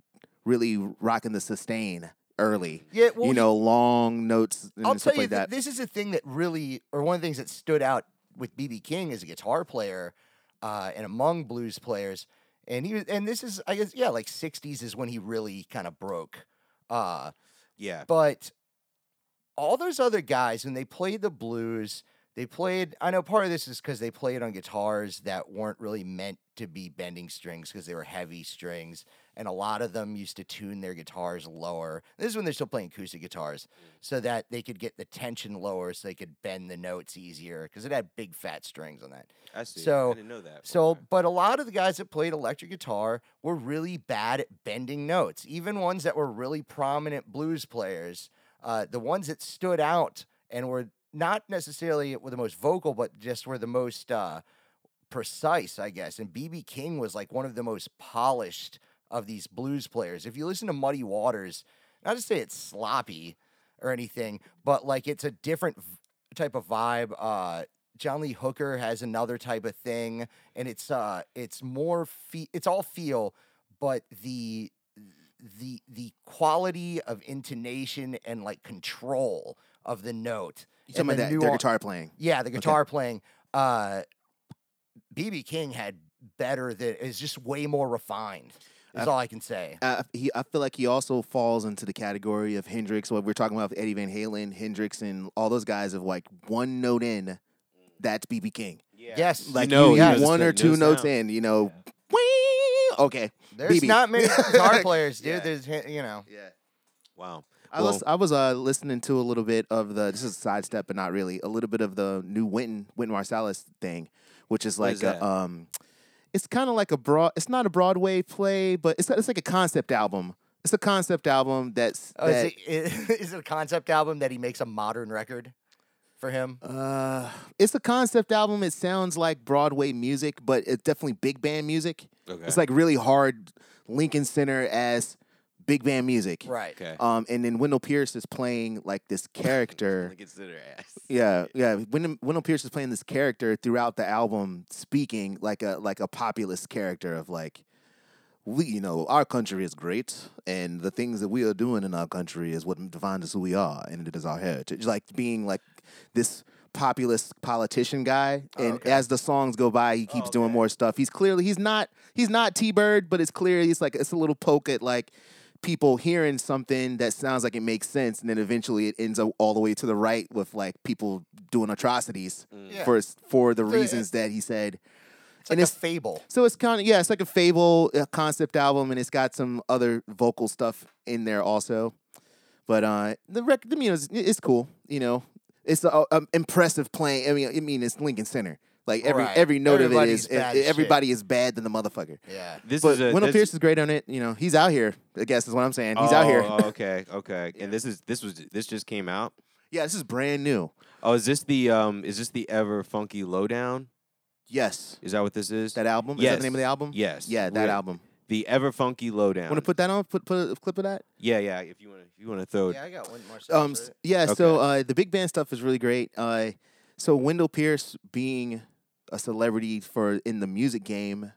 really rocking the sustain early.
Yeah, well,
you
he-
know, long notes and
I'll
stuff
tell you
like
that
that.
this is a thing that really, or one of the things that stood out with BB King as a guitar player, uh, and among blues players, and he was, and this is, I guess, yeah, like '60s is when he really kind of broke. Uh,
Yeah,
but all those other guys, when they played the blues, they played. I know part of this is because they played on guitars that weren't really meant to be bending strings because they were heavy strings, and a lot of them used to tune their guitars lower. This is when they're still playing acoustic guitars, so that they could get the tension lower, so they could bend the notes easier because it had big fat strings on that.
I see. I
So-
didn't know that.
So,
Okay.
but a lot of the guys that played electric guitar were really bad at bending notes. Even ones that were really prominent blues players, uh, the ones that stood out and were not necessarily were the most vocal, but just were the most uh, precise, I guess. And BB King was like one of the most polished of these blues players. If you listen to Muddy Waters, not to say it's sloppy or anything, but like it's a different v- type of vibe. Uh, John Lee Hooker has another type of thing, and it's uh, it's more fe- it's all feel, but the the the quality of intonation and like control of the note.
you
and
talking about
the
that,
nuance-
their guitar playing.
yeah, the guitar playing. Uh BB King had better than is just way more refined. Is all I can say.
uh, he, I feel like he also falls into the category of Hendrix. What we're talking about, with Eddie Van Halen, Hendrix, and all those guys of like one note in, that's BB King.
Yes,
Like
know
you,
he
you
knows
one
the-
or two
knows
notes
sound.
in, you know, "Wing," okay.
there's
BB.
not
[LAUGHS]
many guitar players, dude.
Yeah.
There's hi- you know.
Yeah.
wow.
I
Well,
was I was uh, listening to a little bit of the this is a sidestep but not really a little bit of the new Wynton Wynton Marsalis thing, which is like
is
a,
that?
um, it's kind of like a broad it's not a Broadway play but it's it's like a concept album. It's a concept album that's
Oh, is,
that-
it, is it [LAUGHS] a concept album that he makes a modern record for him?
Uh, it's a concept album. It sounds like Broadway music, but it's definitely big band music.
Okay.
It's like really hard Lincoln Center as big band music.
Right.
Okay.
Um, and then Wendell Pierce is playing like this character.
Look at Sitter ass.
Yeah, yeah. Wendell, Wendell Pierce is playing this character throughout the album, speaking like a like a populist character of like, we you know our country is great, and the things that we are doing in our country is what defines us who we are, and it is our heritage. Like being like this populist politician guy, and
okay.
as the songs go by, he keeps doing
Okay.
more stuff. He's clearly he's not he's not T Bird, but it's clear he's like it's a little poke at like people hearing something that sounds like it makes sense, and then eventually it ends up all the way to the right with like people doing atrocities
Yeah.
for for the
So eh, it-
reasons that he said.
It's like
And
a
it's-
fable.
So it's kind of yeah, it's like a fable uh concept album, and it's got some other vocal stuff in there also. But uh, the record, the music, it's cool. You know, it's a, um, impressive playing. I mean, I mean, it's Lincoln Center. Like every
Right.
every note
Everybody's
of it is
bad
e-
as shit.
everybody is bad than the motherfucker.
Yeah.
[LAUGHS] This
but
is a,
Wendell
this-
Pierce is great on it. You know, he's out here. I guess is what I'm saying. He's out
Oh,
here.
oh, okay, okay. And this is this was this just came out.
yeah, this is brand new.
Oh, is this the um? Is this the ever funky lowdown?
Yes,
Is that what this is?
that album. Is that the name of
Yes.
the album?
Yes.
Yeah, that
We're-
album.
The ever funky lowdown.
Want to put that on? Put put a clip of that.
Yeah, yeah. If you want to, if you want to throw it.
Yeah, I got one more.
Um, s- yeah. So
Okay.
uh, the big band stuff is really great. Uh, so Wendell Pierce being a celebrity for in the music game,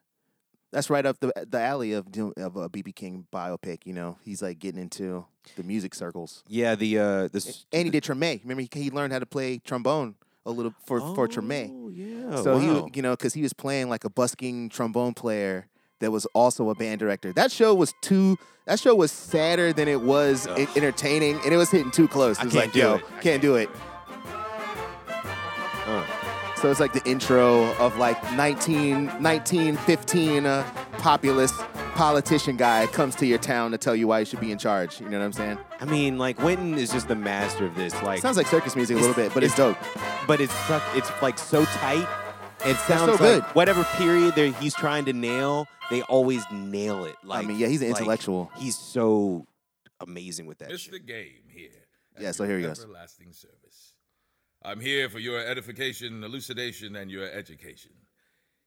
that's right up the the alley of do- of a BB King biopic. You know, he's like getting into the music circles.
Yeah, the uh, this
And he did Treme. Remember, he, he learned how to play trombone a little for for Treme.
Oh, Yeah.
so
wow.
he, you know, because he was playing like a busking trombone player that was also a band director. That show was too. That show was sadder than it was
Ugh.
en- entertaining, and it was hitting too close. It
I
was
can't
like,
do
yo,
it. I
can't,
can't
do it.
Uh,
So it's like the intro of like 19, 1915 uh, populist politician guy comes to your town to tell you why you should be in charge. You know what I'm saying?
I mean, like Winton is just the master of this. Like,
It sounds like circus music a little bit, but it's, dope.
but it's suck- it's like so tight. It sounds
so
like
good.
whatever period that he's trying to nail, they always nail it. Like,
mean, yeah, he's an
like,
intellectual.
he's so amazing with that.
It's the
Shit.
game here. at
Yeah, so
your
here he goes.
Everlasting service. I'm here for your edification, elucidation, and your education.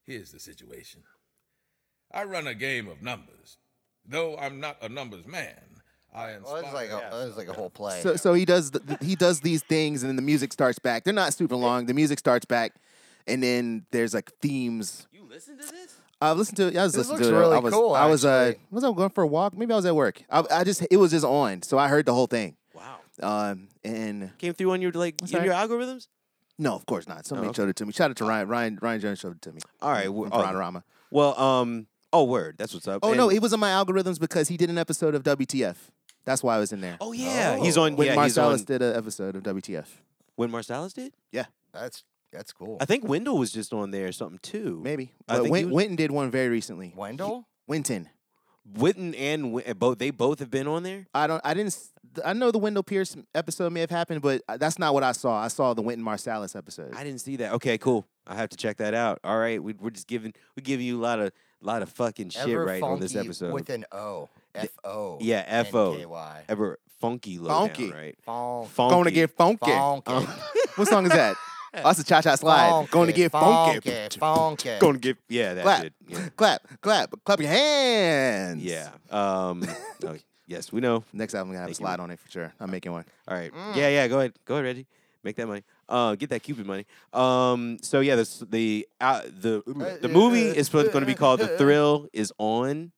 Here's the situation I run a game of numbers. Though I'm not a numbers man, I
Well,
inspire.
it's like a, it's like a whole play.
So, so he does th- th- he does these things, and then the music starts back. They're not super long. The music starts back, and then there's like themes.
You listen to this?
I've listened to it. I was
This
listening
looks
to it. I
really
was,
cool,
I was uh,
actually.
was I going for a walk? Maybe I was at work. I, I just it was just on, so I heard the whole thing.
Wow.
Um, and
Came through on your like in
sorry.
your algorithms?
no, of course not. Somebody
Oh, okay.
showed it to me. Shout out to Ryan. Ryan Ryan Jones showed it to me.
All right.
From
Well, oh,
Piranarama.
well, um, oh word, that's what's up.
Oh
And-
no, it was on my algorithms because he did an episode of WTF. That's why I was in there.
Oh yeah, he's on.
when
yeah,
Marcellus
he's on.
did an episode of WTF.
When Marsalis did?
that's that's cool.
I think Wendell was just on there or something too.
Maybe.
I
But
think
Win-
he was-
Winton did one very recently.
Wendell.
Winton.
Witten and Wen- eh, both they both have been on there.
I don't. I didn't. s- th- I know the Wendell Pierce episode may have happened, but uh, that's not what I saw. I saw the Wynton Marsalis episode.
I didn't see that. Okay, cool. I have to check that out. All right, we, we're just giving we giving you a lot of lot of fucking shit
Ever
right on this
funky
episode.
with an O. F O.
yeah,
N
F-O.
K Y.
Ever funky lowdown,
Funky.
right?
Funk.
Funky.
Gonna get funky. Uh,
Funky.
[LAUGHS] what song is that? oh, that's a cha cha slide. Gonna get funky.
Funky. funky.
Gonna get [LAUGHS] yeah, that
Clap.
shit. Yeah.
clap, clap, clap your hands.
yeah. Um. oh, yes, we know.
Next album gonna have a
Thank you. Uh,
slide on it for sure. I'm making one.
All right. Yeah, yeah. Go ahead. Go ahead, Reggie. Make that money. Uh, get that Cupid money. Um. So yeah, this, the uh, the the movie is supposed going to be called The Thrill Is On.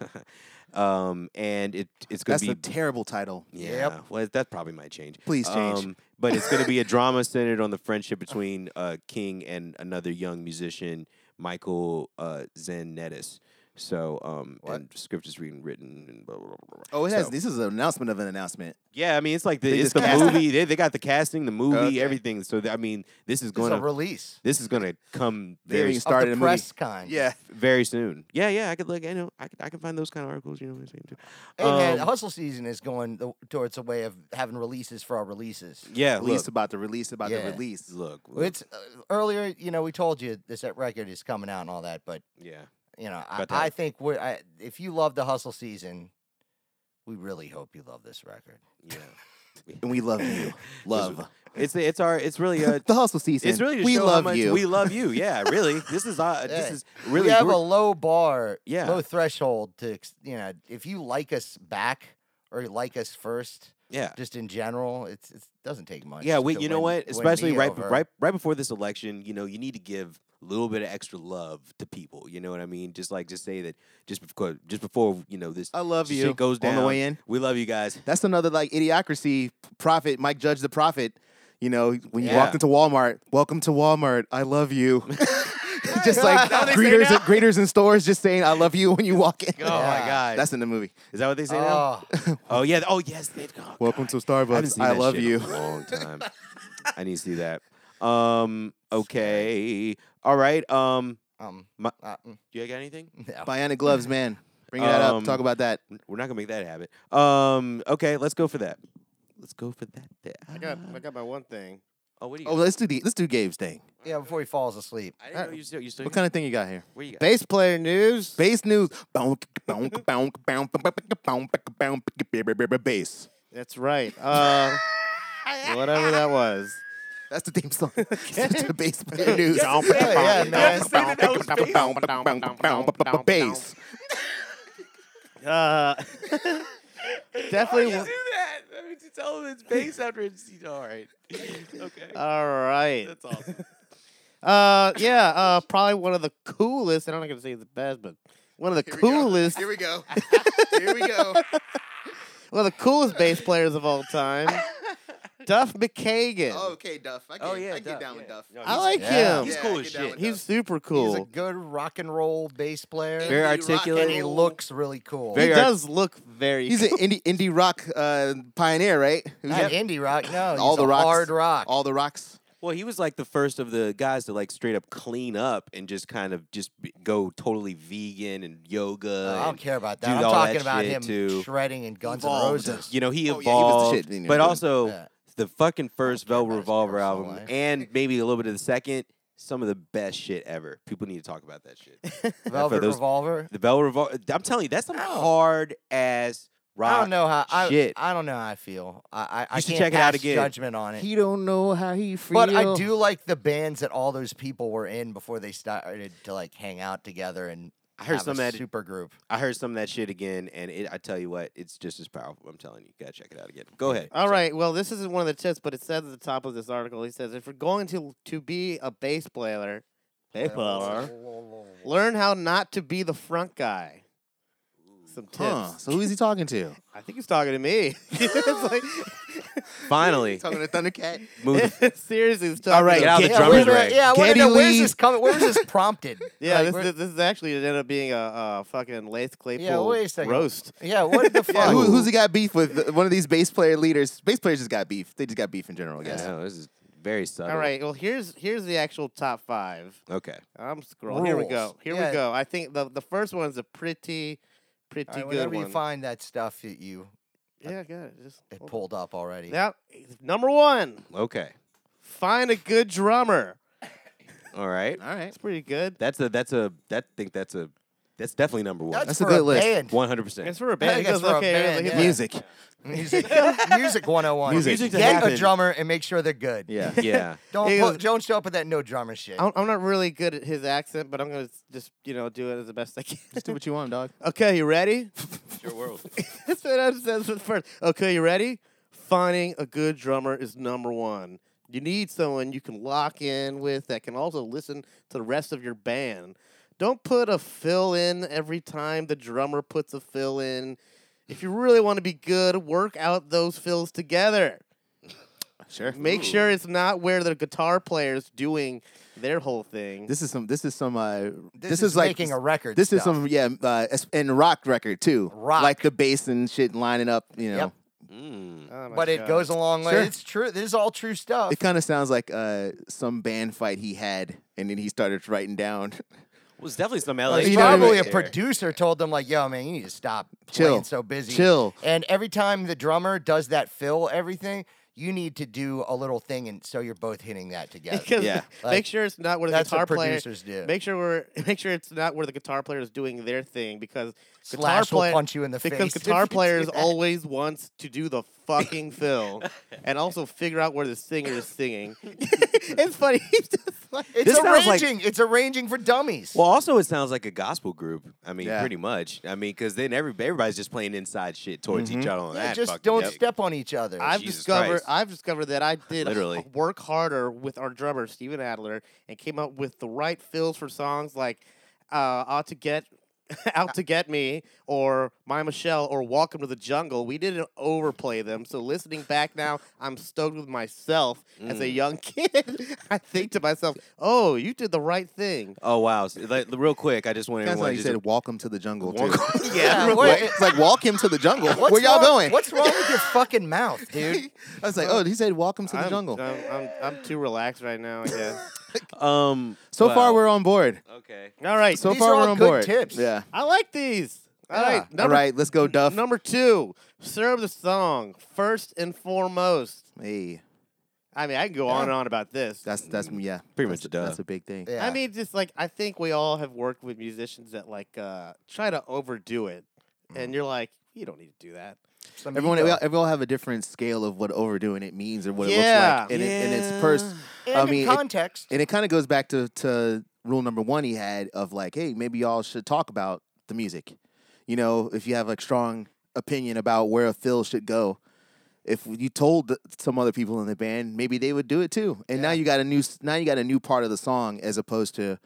[LAUGHS] um, and it it's going
That's
to be
a terrible title.
Yeah.
Yep.
Well, that probably might change. Um,
Please change.
but it's going to be a drama [LAUGHS] centered on the friendship between uh, King and another young musician, Michael uh, Zanettis. So, um,
What?
and script is being written and blah, blah, blah, blah, blah.
Oh, it has.
So-
this is an announcement of an announcement.
yeah, I mean, it's like the
They
it's
just
the
cast it.
movie. They, they got the casting, the movie,
Okay.
everything. So th- I mean, this is
It's a
going to
release.
this is going to come
They haven't
very
even
s-
Of
started
the
a movie.
press kind.
very soon. Yeah, yeah. I could look. I know. I could, I can find those kind of articles. You know what I'm saying too.
Hey man,
Um,
hustle season is going the, towards a way of having releases for our releases.
yeah.
Release
Look.
about the release about
Yeah.
the release.
Look.
Well, It's uh, earlier, you know, we told you this that record is coming out and all that, but
yeah.
you know, I,
About that.
I think we're I,
[LAUGHS]
if you love the hustle season, we really hope you love this record.
Yeah.
and
[LAUGHS]
we love you. Love.
It's it's our it's really a
[LAUGHS] the hustle season.
it's really to
we
show how
love
much
you. [LAUGHS]
We love you. Yeah, really. This is uh, this
Yeah.
is really
we have
we're-
a low bar,
Yeah.
low threshold to ex- you know. If you like us back or you like us first,
yeah.
just in general, it's it doesn't take much.
Yeah, we,
to
you know
win-
what?
win
Especially
me
right, be-
over.
right, right before this election, you know, you need to give a little bit of extra love to people. You know what I mean? Just like just say that just before, just before you know this
I love
shit
you.
goes down
on the way in.
We love you guys.
That's another like idiocracy prophet, Mike Judge the prophet. You know, when you
Yeah.
walked into Walmart, welcome to Walmart. I love you. just like
That's what they say
greeters,
now.
greeters in stores, just saying I love you when you walk in.
Oh my
Yeah.
god,
That's in the movie.
is that what they say now?
Oh,
Oh yeah. Oh yes. They, oh,
Welcome
God.
to
I haven't
Starbucks.
seen
I,
that
love
shit
you.
In a long
[LAUGHS]
time. I need to see that. Um. Okay. All right. Um.
um,
[LAUGHS] My-
uh, mm,
Do you got anything?
no.
Bionic gloves, man. Bring that
Um,
up. Talk about that.
We're not gonna make that happen. Um. Okay. Let's go for that. Let's go for that.
I got I got my one thing.
Oh, what do you?
Oh,
got?
let's do the let's do Gabe's thing.
yeah, before he falls asleep.
I didn't know you still. You still.
What kind of thing you got here?
Where you got?
Bass player news.
Bass news. Bonk, bonk, bonk, bonk, bonk, bonk, bonk, bonk, Bass.
That's right. Uh, whatever that was.
That's the theme song. It's the bass player news.
yeah, man.
Bass.
[LAUGHS]
Uh, definitely. wa-
that? I mean, to tell him it's bass after it's all
[LAUGHS]
right. Okay.
All right.
awesome.
[LAUGHS] Uh, yeah. Uh, probably one of the coolest. And I'm not gonna say the best, but one of the coolest.
we [LAUGHS] go. Here we go.
One of the
[LAUGHS]
coolest bass players of all time. Duff McKagan.
okay, Duff. I
Oh, yeah, Duff, yeah. No,
I like
Yeah.
him.
He's
Yeah,
cool
I
as
get that
shit.
one.
He's super
He's a
cool.
good rock and roll bass player,
Very
Indie rock
articulate.
and he
cool.
looks really cool.
Very
he
art-
does look very.
He's an indie indie rock uh, pioneer, right? Who's
Not
that?
indie rock, no. He's
All the
a
rocks-
hard rock.
All the rocks.
Well, he was like the first of the guys to like straight up clean up and just kind of just b- go totally vegan and yoga.
I don't
and,
care about
dude,
that. I'm
all that
talking about
shit,
him
too.
shredding and Guns N'
Evolved.
Roses.
You know, he
Oh, yeah, he was
evolved,
the shit, you know,
but
dude.
also
Yeah.
the fucking first
care about
Velvet
his
Revolver
personal
album
life.
and maybe a little bit of the second. Some of the best shit ever. People need to talk about that shit.
Velvet
those-
Revolver.
The Velvet Revolver. I'm telling you, that's some hard ass rock.
I don't know how I,
shit.
I don't know how I feel. I I, I
You should
can't
check it out
pass
again.
Judgment on it.
don't know how he feels.
but I do like the bands that all those people were in before they started to like hang out together and
I heard
have
some
a
that
super group.
I heard some of that shit again, and it, I tell you what, it's just as powerful. I'm telling you, gotta check it out again. Go
[LAUGHS]
ahead.
All
Sorry.
right. Well, this isn't one of the tips, but it says at the top of this article. He says, if you're going to to be a bass player, bass player, learn how not to be the front guy. Some tips.
Huh. So who is he talking to?
I think he's talking to me. [LAUGHS] it's [LAUGHS]
Finally,
talking to Thundercat.
move. the-
like, seriously, he's talking.
All right,
to
Get out
me.
the
yeah,
drum
where's
and
that-
rag.
yeah, I wanna
Geddy
know where's
Lee.
this coming? Where's this
[LAUGHS]
prompted?
Yeah,
Like,
this,
where-
this, this is actually it ended up being a, a fucking Lace Claypool
wait a second.
roast.
yeah.
[LAUGHS]
What the fuck?
Yeah, who, who's he got beef with? One of these bass player leaders. Bass players just got beef. They just got beef in general, I
yeah,
guess.
no, this is very subtle.
All right. Well, here's here's the actual top five.
Okay.
I'm scrolling. Here we
Rules.
go. Here
Yeah.
we go. I think the the first one's a pretty pretty
All right,
good
whenever
one.
you find that stuff that you
yeah, I got it. Just
it
hold-
pulled up already.
Now, number one,
Okay.
find a good drummer.
All right.
All right.
That's pretty good.
That's a. That's a. That think that's a. That's definitely number one.
That's a
for
good list.
band.
One hundred percent.
That's for a band.
think
It
that's
goes,
for a
okay,
band,
look
yeah.
at that.
Music.
Music, music 101.
Music. Music to
Get
happen.
a drummer and make sure they're good.
Yeah.
Yeah.
Don't
It
put-
was-
don't show up with that no drummer shit.
I'm, I'm not really good at his accent, but I'm gonna s- just you know do it as the best I can. [LAUGHS]
Just do what you want, dog.
okay, you ready?
Your world.
[LAUGHS] That's what I said first. Okay, you ready? Finding a good drummer is number one. You need someone you can lock in with that can also listen to the rest of your band. Don't put a fill in every time the drummer puts a fill in. If you really want to be good, work out those fills together.
Sure.
Make sure it's not where the guitar player's doing their whole thing.
This is some. This is some. Uh, this,
this,
is, like
making a record.
This is
stuff.
some. Yeah. Uh, es- and rock record too.
Rock.
Like the bass and shit lining up. You know.
Yep.
Mm.
Oh my
but it
God.
goes a long way.
Sure.
It's true. This is all true stuff.
It kind of sounds like uh, some band fight he had, and then he started writing down.
Well, it's definitely some
Like,
LA.
you know what I
probably
mean?
a producer told them like, "Yo, man, you need to stop
Chill.
playing so busy."
Chill.
And every time the drummer does that fill everything, you need to do a little thing, and so you're both hitting that
[LAUGHS]
together.
Because
Yeah.
[LAUGHS] make
Like,
sure it's not where the
That's
guitar
what
player.
producers do.
Make sure we're [LAUGHS] make sure it's not where the guitar player is doing their thing because guitar
Slash will
player
punch you in the
because
face if
guitar
you do
players
that.
always wants to do the fucking fill and also figure out where the singer is singing. [LAUGHS] it's funny. [LAUGHS] He's just like,
It's
This sounds like-
arranging. it's arranging for dummies.
Well, also it sounds like a gospel group. I mean,
Yeah.
pretty much. I mean, because then every everybody's just playing inside shit towards each other on
Mm-hmm. yeah,
that.
just
fucking
don't
thing.
step on each other.
I've
Jesus
discovered
Christ.
I've discovered that I
[LAUGHS]
did
Literally.
work harder with our drummer Steven Adler and came up with the right fills for songs like uh, "Out to Get." [LAUGHS] Out to get me, or my Michelle, or Welcome to the Jungle. We didn't overplay them, so listening back now, I'm stoked with myself as
Mm.
a young [LAUGHS] kid. I think to myself, "Oh, you did the right thing."
Oh wow! So, like, real quick, I just want
That's
everyone
why
to
you
just
said walk him to the jungle too. [LAUGHS]
Walk- [LAUGHS]
Yeah,
Wa-
what-
it's like walk him to the jungle.
What's
Where y'all
wrong-
going?
What's wrong with your fucking mouth,
[LAUGHS]
dude?
I was like, oh, he said walk him to the
I'm,
jungle.
I'm, I'm, I'm too relaxed right now.
[LAUGHS]
I guess.
[LAUGHS] um.
so
wow.
far, we're on board.
okay.
All right,
So
These
far,
are all
we're on
good
board.
tips.
Yeah.
I like these. All
Yeah.
right,
All
number
right, let's go, Duff.
Number two, serve the song first and foremost.
Hey,
I mean, I can go on and on about this.
that's that's yeah,
Pretty
that's,
much duh.
That's a big thing.
Yeah.
I mean, just like I think we all have worked with musicians that like uh, try to overdo it,
Mm-hmm.
and you're like, you don't need to do that.
Some
Everyone,
ego.
we all, we all have a different scale of what overdoing it means or what
Yeah.
it looks like in, it, in its
Yeah.
first.
and
I
in
mean, it-
context.
and it kind of goes back to to rule number one he had of like, hey, maybe y'all should talk about the music. You know, if you have a strong opinion about where a fill should go, if you told th- some other people in the band, maybe they would do it too. And now
Yeah.
you got a new s- now you got a new part of the song as opposed to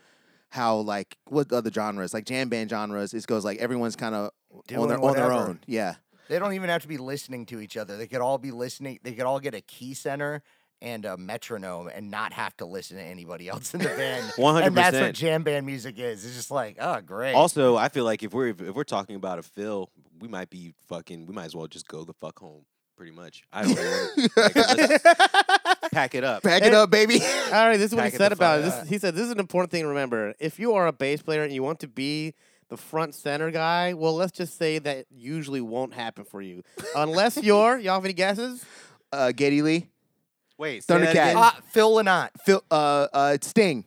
how like what other genres like jam band genres it goes like everyone's kind of on
Doing
their on their
whatever.
own. Yeah,
They don't even have to be listening to each other. They could all be listening. They could all get a key center and a metronome and not have to listen to anybody [LAUGHS] else in the
[LAUGHS]
band. And that's
100%.
what jam band music is. It's just like, oh, great.
Also, I feel like if we're if we're talking about a fill, we might be fucking. We might as well just go the fuck home. Pretty much. I don't know. Like, let's
[LAUGHS]
pack it up.
pack it up, baby.
All right, this is what
Back
he
it the
said about it.
fuck
This, he said this is an important thing to remember. If you are a bass player and you want to be the front center guy, well, let's just say that usually won't happen for you,
[LAUGHS]
unless you're. Y'all have any guesses?
uh, Geddy Lee,
Wait, say that
Thundercat,
again.
Ah, Phil Lynott.
Phil, uh, uh, Sting.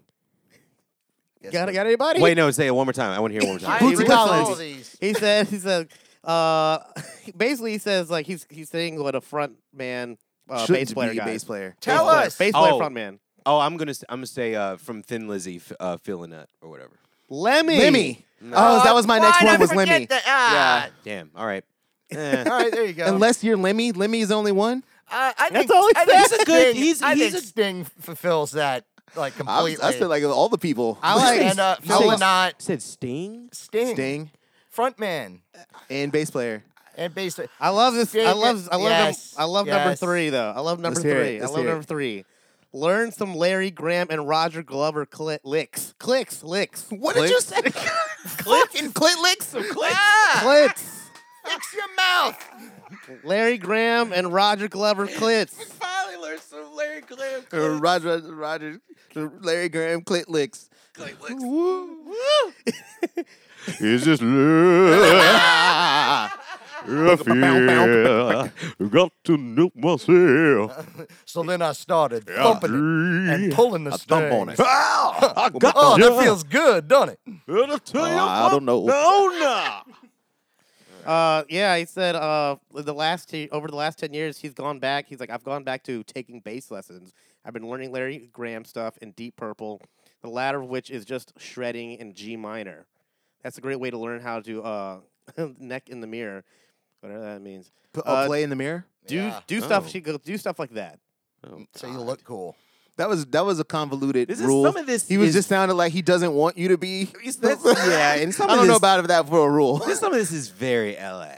Got got anybody?
Wait, no, say it one more time. I want to hear it one
[LAUGHS]
more
I
time.
Bootsy
miss
Collins.
all these.
he said he said uh [LAUGHS] basically he says like he's he's saying what a front man uh,
Shouldn't
bass player
be a
guy
bass player.
Tell
player,
us.
bass player
Oh.
front man
Oh, I'm gonna s- I'm gonna say uh, from Thin Lizzy, f- uh, feeling nut or whatever.
Lemmy
Lemmy.
No.
Oh, that was my next
Why'd I
one. Was
forget
Lemmy?
that? Ah.
Damn. All
[LAUGHS]
right. Eh.
All right, there you go.
Unless you're Lemmy, Lemmy is only one.
I, I think,
all he
I think
said. He's a good-
Sting-
he's-
I
he's
think
a-
Sting fulfills that like
I,
completely.
was, I said like all the people.
I like-
and uh,
No,
Phil
it's-
Lynott,
said Sting.
Sting,
Sting
frontman,
and bass player.
and basically.
I love this I
Yeah,
love I love
yes,
num- I love number
yes.
3 though I love number
Let's hear it,
3 I
let's
love
hear it.
number 3 learn some Larry Graham and Roger Glover cli- licks clicks licks
What
did you
say? Fucking clit licks.
Ah,
clicks
fix your mouth.
Larry Graham and Roger Glover clits
Finally learned some Larry Graham.
[LAUGHS] Roger, Roger, Larry Graham clit licks. [LAUGHS]
Is this love? I feel I got to know myself.
So then I started thumping it and pulling the
thump on
strings.
it. Ah!
I got
Oh,
to
that feels good, doesn't it?
I'll tell you
I don't know.
what, no,
Uh, yeah, he said uh, the last t- over the last ten years, he's gone back. He's like, I've gone back to taking bass lessons. I've been learning Larry Graham stuff and Deep Purple, the latter of which is just shredding in G minor. That's a great way to learn how to uh, [LAUGHS] neck in the mirror, whatever that means.
P- uh,
Uh,
play in the mirror.
Do
Yeah.
do stuff.
Oh.
She go do stuff like that.
So you look
[LAUGHS]
cool.
That was that was a convoluted
This is-
rule.
some of this
he was
is-
just sounded like he doesn't want you to be.
Is
[LAUGHS]
this- yeah, and some
I
of
don't know
this-
about that for a rule.
This, some of this is very LA.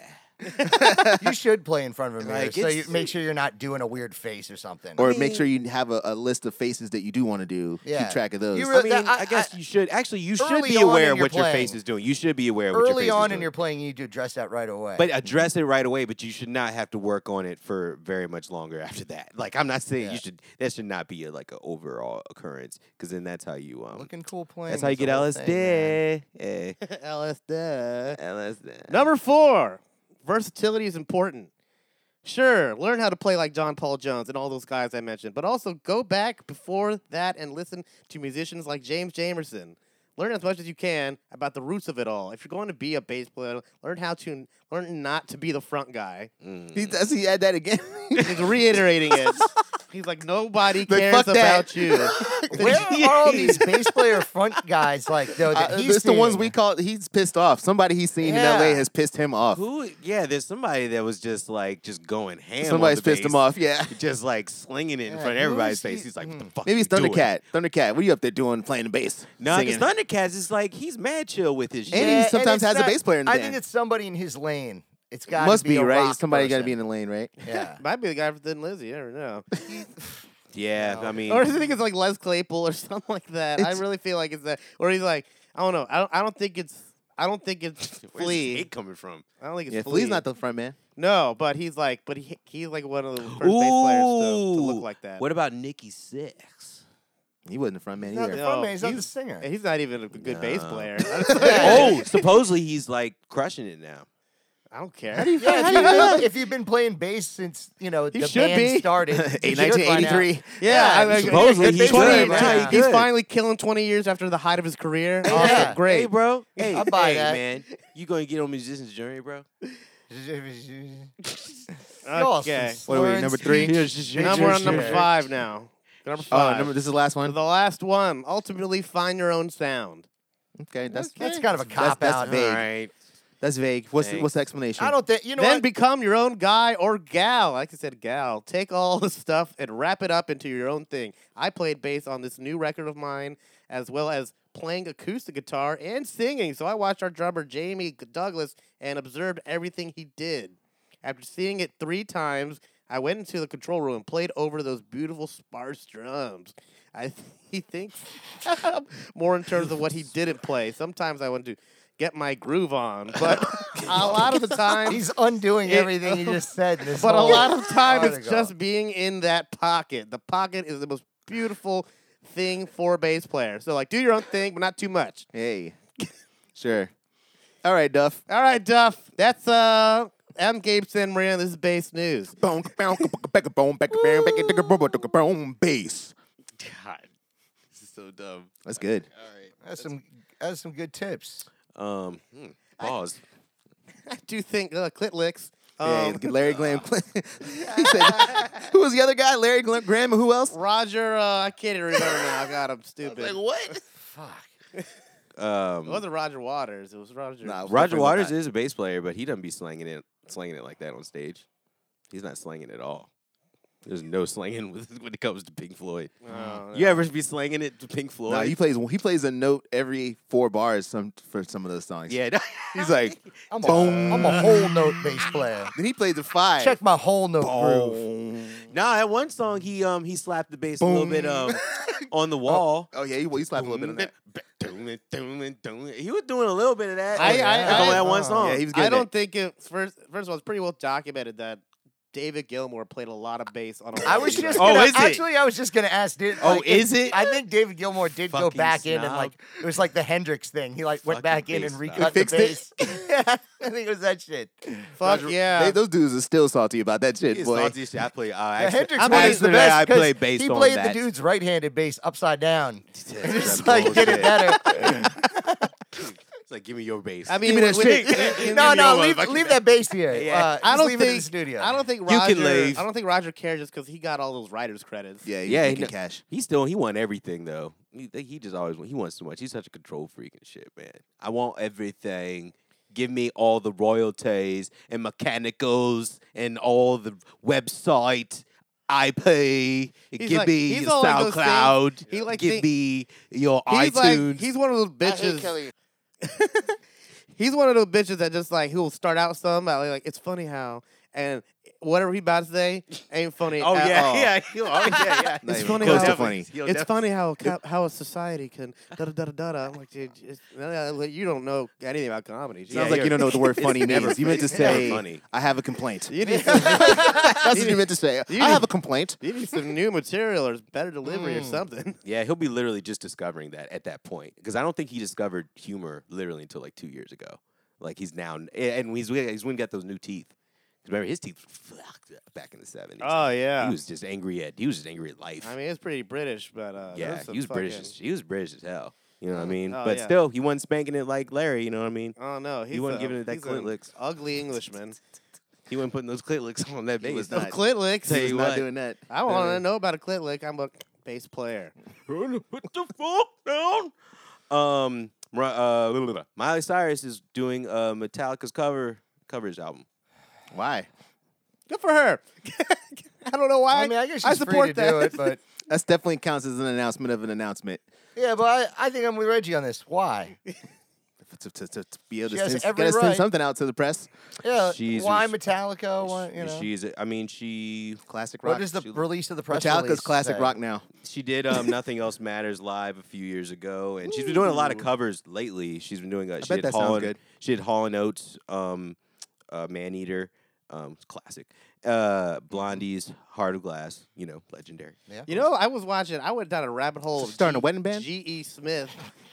You should play in front of a mirror,
Like,
so you
it's-
make sure you're not doing a weird face or something.
or make sure you have a, a list of faces that you do want to do.
Yeah.
Keep track of those.
You
I
But
mean,
that- I-
I, guess
I-
you should actually you should
Early
be
on
aware
in
of
your
what your face
playing.
is doing. You should be aware of what your
early
face
on
is
in
doing.
your playing, you need to address that right away.
but address it right away. But you should not have to work on it for very much longer after that. [LAUGHS] Like I'm not saying
Yeah.
you should. That should not be a, like an overall occurrence because then that's how you um.
looking cool playing.
That's how you
is
get
the whole thing,
LSD.
man. [LAUGHS]
Eh,
LSD.
LSD.
Number four, versatility is important. Sure, learn how to play like John Paul Jones and all those guys I mentioned, but also go back before that and listen to musicians like James Jamerson. Learn as much as you can about the roots of it all. If you're going to be a bass player, learn how to learn not to be the front guy.
He does he add that again? [LAUGHS]
He's reiterating it. He's like nobody
Like,
cares
fuck that." [LAUGHS]
about you.
Where are all these bass player front guys like though? That
[LAUGHS] Uh,
he's
it's the ones
seeing?
we call. He's pissed off. Somebody he's seen
Yeah.
in L.A. has pissed him off.
Who? Yeah, there's somebody that was just like just going ham. on
Somebody's
the
pissed
bass,
him off. Yeah.
Just like slinging it in
Yeah,
front of
who
everybody's
is he? mm.
face. He's like, what the fuck?
[LAUGHS] Maybe it's
you doing?
Thundercat. Thundercat, what are you up there doing playing the bass?
No,
Singing.
because Thundercats is like he's mad chill with his shit.
And he sometimes
it's
has a bass player in the
I
band.
think it's somebody in his lane. It's got
Must
be,
be,
a
right.
rock
Somebody got
got
to be in the lane, right? [LAUGHS]
Yeah.
Might be the guy for Thin Lizzy. You never know.
yeah, I mean,
or I think it's like Les Claypool or [LAUGHS] something like that. I
It's-
really feel like it's that. Or he's like, I don't know. I don't. I don't think it's. I don't think it's
where's this
Flea.
hate coming from?
I don't think it's
Yeah,
Flea.
Flea's not the front man.
no, but he's like, but he he's like one of the first bass players to, to look like that.
What about Nikki Six?
He wasn't the front man
Not the
either.
front
No,
man, he's not the
he's-
singer.
And he's not even a good bass
No.
[LAUGHS]
player. [LAUGHS]
oh, supposedly he's like crushing it now.
I don't care. [LAUGHS]
Yeah, if, you've been, if you've been playing bass since you know the
should
band
be. [LAUGHS]
started, you should by now.
1983.
Yeah,
Yeah,
I mean,
supposedly
good
he's
bass player,
good,
but
right?
He's
Good.
finally killing twenty years after the height of his career.
Yeah.
Awesome,
Yeah.
great.
Hey, bro. Hey,
I'll buy
hey,
that.
man. You gonna get on musician's journey, bro?
Y'all some
Okay.
What are we,
slurs.
number three?
Now we're on number
Sure.
five now. Number
Oh,
five.
number, this is the last one.
the last one. Ultimately, find your own sound.
Okay, that's
That's kind of a
That's-
cop
that's
out.
vague.
All right.
that's vague. What's
Thanks.
what's the explanation?
I don't think you know.
then
what?
become your own guy or gal. Like I said, gal. Take all [LAUGHS] the stuff and wrap it up into your own thing. I played bass on this new record of mine, as well as playing acoustic guitar and singing. So I watched our drummer Jamie Douglas and observed everything he did. After seeing it three times, I went into the control room and played over those beautiful sparse drums. I [LAUGHS] th- he thinks more in terms of what he didn't play. Sometimes I want to get my groove on,
[LAUGHS]
but a lot of the time
he's undoing
It-
everything you just said. in This
but a
whole
[LAUGHS] lot of time it's
article.
just being in that pocket. The pocket is the most beautiful thing for a bass player. So like do your own thing, but not too much.
Hey, [LAUGHS] sure. All right, Duff.
All right, Duff. That's uh I'm Gabe San Marin. This is bass news.
Bass.
God, this is so dumb.
That's good.
that's some that's some good tips.
Um, hmm, pause.
[LAUGHS] I do think uh, clit licks.
Yeah,
Um,
Larry [LAUGHS] Glam. He said- who was the other guy? Larry Glam- Graham. and Who else?
Roger, uh, I can't even remember now. [LAUGHS] I got him stupid.
what?
It
Um,
wasn't Roger Waters. It was Roger.
Nah,
Roger
Definitely
Waters
not.
is a bass player, but he doesn't be slanging it, slanging it like that on stage. He's not slanging at all. There's no slanging [LAUGHS] with, when it comes to Pink Floyd.
Oh,
You ever be slanging it to Pink Floyd?
No, he plays. He plays a note every four bars. Some for some of those songs.
yeah, [LAUGHS]
He's like,
I'm a,
Boom.
I'm a whole note bass player.
then he played the five.
Check my whole note groove.
Boom.
nah. At one song, he um he slapped the bass a little bit um on the wall.
Oh yeah, he, well, he slapped a little bit on that.
He was doing a little bit of that.
I-
on
I-
that- on
I-
that one
uh,
song.
Yeah, he was good.
I don't think it. First, first of all, it's pretty well documented that David Gilmour played a lot of bass on. a
I
lot
was
of
just
Oh,
gonna,
is it?
actually I was just gonna ask. Did,
Oh,
like,
is it?
I think David Gilmour did go
Fucking
back in and
snob.
like it was like the Hendrix thing. He like went
Fucking
back in
bass
and
snob.
recut
Fixed
the
it?
bass. [LAUGHS] I think it was that shit.
Fuck
Roger-
yeah.
They, those dudes are still salty about that shit,
He is
boy.
salty as shit. I play. Uh,
The
actually,
Hendrix
I'm
one is the
actually,
best
I
'cause
play bass
he
on
played
that.
the dude's right-handed bass upside down.
Yeah,
[LAUGHS] Just
that
like did it
bullshit.
better.
[LAUGHS] It's like, give me your bass.
I mean,
me that
when-
shit.
when- when-
no,
when-
no,
when-
leave, leave that bass here.
[LAUGHS] Yeah.
Uh,
I
just
don't
leave it in
think.
the studio.
I don't think
can
Roger.
leave.
I don't think Roger cares just because he got all those writers credits.
yeah, he,
Yeah,
he
he
can
kn-
cash.
He still he won everything though. He, they- he just always won- he wants too much. He's such a control freak and shit, man. I want everything. Give me all the royalties and mechanicals and all the website IP. give
like-
me
he's
your
all like those things-
SoundCloud.
he like
give
think-
me your
He's
iTunes.
like he's one of those bitches. He's one of those bitches that just like he'll start out some like, like it's funny how and whatever he about to say ain't
[LAUGHS]
funny.
oh
at
yeah,
all.
yeah, he- oh yeah, yeah.
Not
It's
even
funny
close to
how-
funny.
He'll
it's
def-
funny how co- how a society can da da da da da. da. I'm like, dude, it's- you don't know anything about comedy. dude.
Yeah,
Sounds like you don't know what the word funny
never
means. You meant to
funny. Never
say,
funny.
"I have a complaint."
you need
[LAUGHS]
some,
That's what you meant to say.
you
I
need-
have a complaint.
you need some new material or better delivery or something.
Yeah, he'll be literally just discovering that at that point because I don't think he discovered humor literally until like two years ago. Like he's now, and he's he's when he got those new teeth 'Cause Remember, his teeth were fucked up back in the seventies.
Oh yeah.
He was just angry at he was just angry at life.
I mean, it's pretty British, but uh,
yeah,
there's
he was
some
British.
fucking-
As, he was British as hell. You know what I mean?
Oh,
but
yeah.
still, he wasn't spanking it like Larry. You know what I mean?
Oh no, he's
wasn't
a-
giving it that
he's
clit
an
licks.
Ugly Englishman.
[LAUGHS] He wasn't putting those clit licks [LAUGHS] on that bass.
was
No
not.
clit licks.
Tell
He's
you
not
what.
doing that.
I want to know about a clit lick. I'm a bass player.
put the fork down. Um, Mar- uh, blah, blah, blah. Miley Cyrus is doing uh, Metallica's cover covers album.
Why?
Good for her. I don't know why.
I mean, I guess she's
support
free to
that.
do it,
[LAUGHS]
but
That's definitely counts as an announcement of an announcement.
yeah, but I, I think I'm with Reggie on this. Why?
To, to, to, to be able to
She has
send,
every
gotta send
right.
something out to the press.
[LAUGHS]
Yeah,
She's-
why Metallica? Why, you know?
She's, I mean, she
Classic rock.
what is the
She-
release of the press
Metallica's
release
classic
say?
rock now.
she did um, Nothing Else Matters live a few years ago, and she's been doing a lot of covers lately. She's been doing. Uh, she
bet
did
that
Hall
sounds
and,
good.
She did Hall and Oates, um, uh, Man Eater, um, it's classic. Uh, Blondie's Heart of Glass, you know, legendary.
You know, I was watching. I went down a rabbit hole. of
Starting a
G-
wedding band?
G.E. Smith,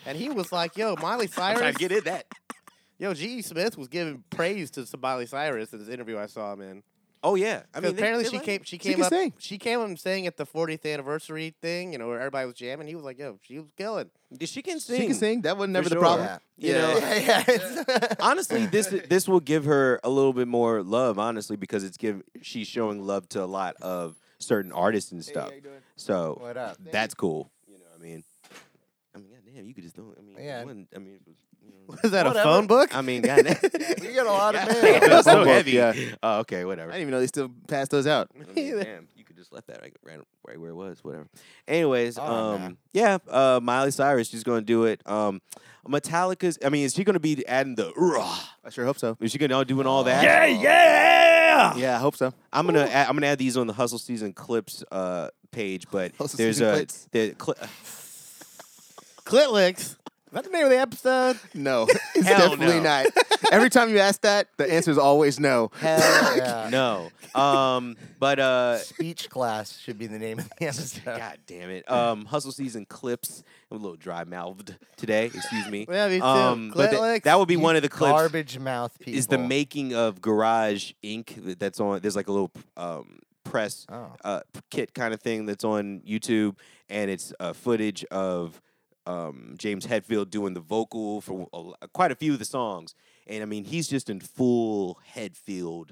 and he was like, "Yo, Miley
[LAUGHS] I'm trying
Cyrus."
to get in that.
Yo, G.E. Smith was giving praise to some Miley Cyrus in this interview I saw him in.
Oh yeah, I
'Cause
mean, they-
apparently
they
she
like-
came. She
She
came
can
up.
sing.
She came and sang at the 40th anniversary thing. You know, where everybody was jamming. He was like, "Yo, she was killing." [LAUGHS]
She can sing.
She can sing. That was never the
sure.
problem. [LAUGHS]
Yeah.
You
Yeah.
know,
Yeah, yeah. it's-
[LAUGHS] honestly, this this will give her a little bit more love, honestly, because it's give she's showing love to a lot of certain artists and stuff. So
What up?
that's cool. You know, what I mean, I mean, goddamn, you could just do it. I mean,
Yeah.
it wasn't- I mean, it was, you know,
Is that
Whatever.
a phone book?
I mean, goddamn, [LAUGHS]
you got a lot of
Goddamn, [LAUGHS]
mail.
it's
[LAUGHS]
so
Both,
heavy.
yeah.
Oh, okay, whatever.
I didn't even know they still passed those [LAUGHS] out.
I mean, [LAUGHS] damn, you could just let that right, right, right where it was, whatever. Anyways,
Oh,
um,
nah.
yeah, uh, Miley Cyrus, she's gonna do it. Um, Metallica's, I mean, is she gonna be adding the? "Rah"?
I sure hope so.
Is she gonna uh, doing all that?
Oh.
yeah.
Yeah, I hope so.
I'm gonna add, I'm gonna add these on the Hustle Season clips uh page,
[LAUGHS]
but
Hustle
there's
Season
a
clips?
the cli [LAUGHS]
Clit licks. Is that the name of the episode?
No, it's definitely not. [LAUGHS] Every time you ask that, the answer is always no.
hell
Yeah.
no. Um, but uh,
Speech class should be the name of the [LAUGHS] episode.
god damn it. Um, Hustle Season clips. I'm a little dry mouthed today. Excuse
[LAUGHS]
me.
Yeah, me too.
Um, but
Clit
tha-
licks.
that would be
You
one of the clips.
Garbage mouth people.
Is the making of Garage Inc. that- that's on? There's like a little um press
Oh.
uh, p- kit kind of thing that's on YouTube, and it's uh, footage of um, James Hetfield doing the vocal for a, lo- quite a few of the songs. And I mean, he's just in full Hetfield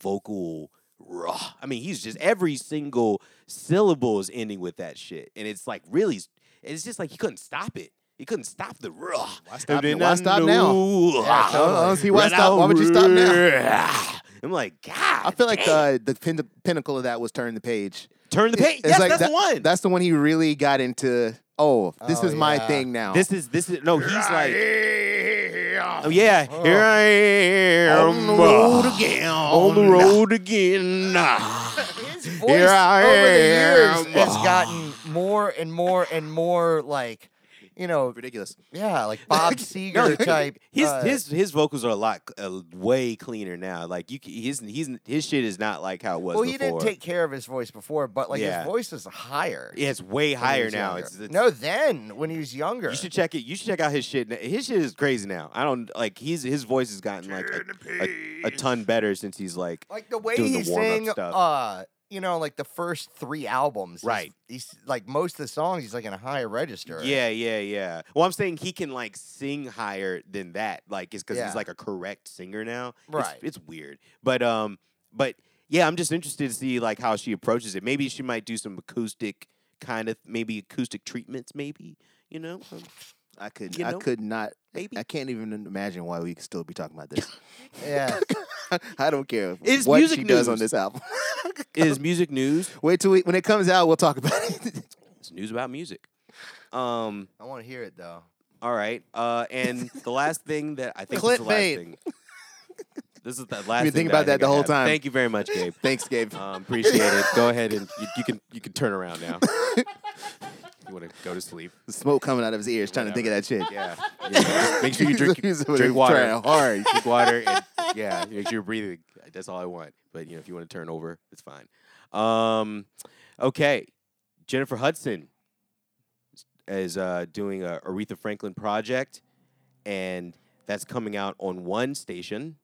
vocal raw. I mean, he's just every single syllable is ending with that shit, and it's like really, it's just like he couldn't stop it. He couldn't stop the raw. Why
stop now? Why stop now?
Yeah,
I don't- I don't see why
Right
stop. Why would you stop now?
now? I'm like, God.
I feel like the the pin- pinnacle of that was turn the page.
turn the page.
It's
Yes,
like
that's
that-
the one.
That's the one he really got into. Oh, this
Oh,
is my
yeah.
thing now.
this is this is no. He's like, oh yeah, here I am on the road again. On the road again.
His voice
Here I
over the years
am.
has gotten more and more and more like, you know,
[LAUGHS]
ridiculous.
yeah, [LAUGHS] like Bob Seger type.
His
uh,
his his vocals are a lot uh, way cleaner now. Like you, c- his his his shit is not like how it was
Well,
before.
he didn't take care of his voice before, but like
Yeah.
his voice is higher.
Yeah, it's way
when he
higher
was
now.
younger.
It's, it's
no, then when he was younger.
You should check it. You should check out his shit. n- His shit is crazy now. I don't like. He's his voice has gotten
[LAUGHS]
like a, a, a ton better since he's like.
like the way
doing the
he
warm-up
sang,
stuff.
uh, you know, like the first three albums. he's-
Right.
He's, like most of the songs, he's like in a higher register.
Yeah, yeah, yeah. Well, I'm saying he can like sing higher than that. Like, it's because
Yeah.
he's like a correct singer now.
Right.
It's, it's weird, but um, but yeah, I'm just interested to see like how she approaches it. Maybe she might do some acoustic kind of maybe acoustic treatments. Maybe you know, um,
I could.
You
I
know?
[LAUGHS] could not.
maybe
I can't even imagine why we could still be talking about this.
[COUGHS]
Yeah.
I don't care
It's
what
music
she does on
news.
this album. [LAUGHS]
is music news.
Wait till we, when it comes out, we'll talk about it. [LAUGHS]
It's news about music. Um.
I want to hear it though.
All right. Uh, and the last thing that I think
Clit
is the last
[LAUGHS]
bait.
thing. This is the last.
been
thing
thinking
I
about that
think
the
I
whole
have.
time.
Thank you very much, Gabe.
Thanks, Gabe.
Um, appreciate it. Go ahead and you, you can you can turn around now. you want to go to sleep?
The smoke coming out of his ears, trying to think of that shit.
Yeah. Yeah, just [LAUGHS] Make sure you
[LAUGHS] He's-
drink
he's over there
drink water.
trying hard.
[LAUGHS] Drink water. And, yeah. Make sure you're breathing. That's all I want. But you know, if you want to turn over, it's fine. Um, okay. Jennifer Hudson is uh, doing a Aretha Franklin project, and that's coming out on one station,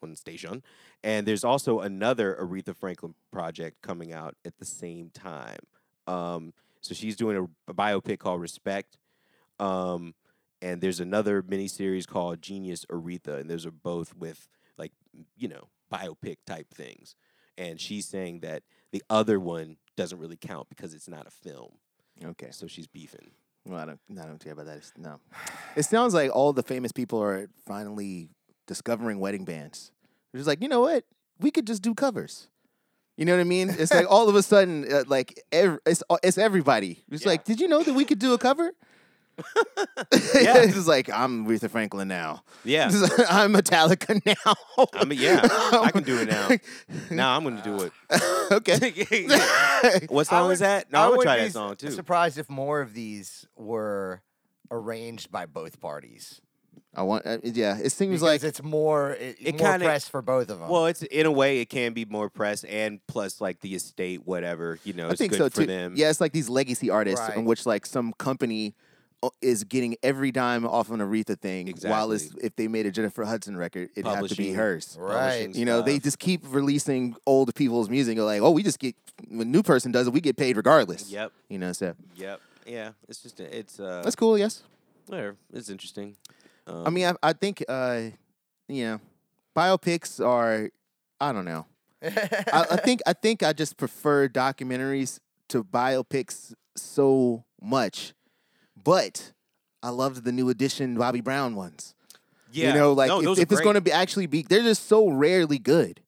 one station, And there's also another Aretha Franklin project coming out at the same time. Um, so she's doing a, a biopic called Respect. Um, and there's another miniseries called Genius Aretha, and those are both with like you know biopic type things. And she's saying that the other one doesn't really count because it's not a film,
Okay.
so she's beefing.
Well, I don't, no, I don't care about that. It's- no. It sounds like all the famous people are finally discovering wedding bands. They're just like, you know what? We could just do covers. You know what I mean? It's like all of a sudden, uh, like ev- it's it's everybody. It's like, did you know that we could do
[LAUGHS]
a cover? [LAUGHS]
Yeah.
it's just like I'm Aretha Franklin now.
Yeah, [LAUGHS]
[LAUGHS] I'm Metallica now.
I mean, yeah, I can do it [LAUGHS] now. Now I'm gonna do [LAUGHS] it. [LAUGHS]
[LAUGHS] okay.
What song
would-
is that? No, I would
would
try
be
that
s-
song too.
Surprised if more of these were arranged by both parties.
I want. Uh, yeah, it seems
Because
like
it's more it,
It
more
kinda-
press for both of them. [LAUGHS]
Well, it's in a way it can be more press, and plus like the estate, whatever you know,
I
it's
think
good
so
for
too.
them.
Yeah, it's like these legacy artists in
Right.
which like some company o- is getting every dime off an Aretha thing, while it's,
Exactly.
if they made a Jennifer Hudson record, it'd have to be
Publishing.
hers.
right.
publishing
You know, they
stuff.
just keep releasing old people's music. They're like, oh, we just get when new person does it, we get paid regardless.
Yep.
You know, so
Yep. Yeah. It's just it's uh.
that's cool. Yes,
whatever. It's interesting.
I mean, I, I think uh, you know, biopics are, I don't know. I,
[LAUGHS]
I think I think I just prefer documentaries to biopics so much, but I loved the new edition Bobby Brown ones.
yeah,
You know, like
no,
if-
those
if,
are
it's
great.
going to be actually be, they're just so rarely good.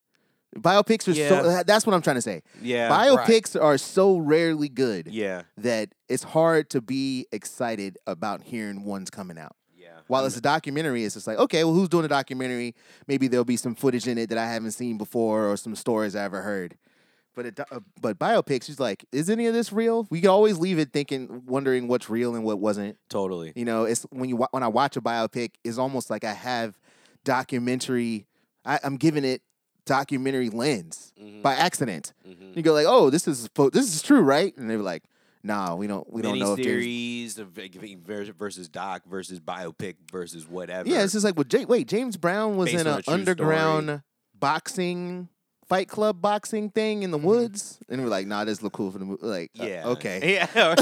Biopics are
Yeah.
so. tha- That's what I'm trying to say.
yeah,
Biopics are so rarely good
yeah,
that it's hard to be excited about hearing ones coming out.
yeah.
While it's a documentary, it's just like, okay, well, who's doing a documentary? Maybe there'll be some footage in it that I haven't seen before or some stories I ever heard. But it, do- uh, but biopics, she's like, is any of this real? We can always leave it thinking, wondering what's real and what wasn't.
Totally.
You know, it's when you wa- when I watch a biopic, it's almost like I have documentary. I, I'm giving it documentary lens
Mm.
by accident. You go like, oh, this is suppo- this is true, right? And they're like, nah, we don't we don't know if there's
Miniseries of like, v- vers- versus doc versus biopic versus whatever.
Yeah, it's just like well, J- wait, James Brown was
Based
in
on
an
a true
underground
story.
boxing fight club boxing thing in the woods, and we're like, nah, this look cool for the movie. Like, uh,
Mm-hmm. yeah.
okay,
[LAUGHS] Yeah.
[LAUGHS]
yeah.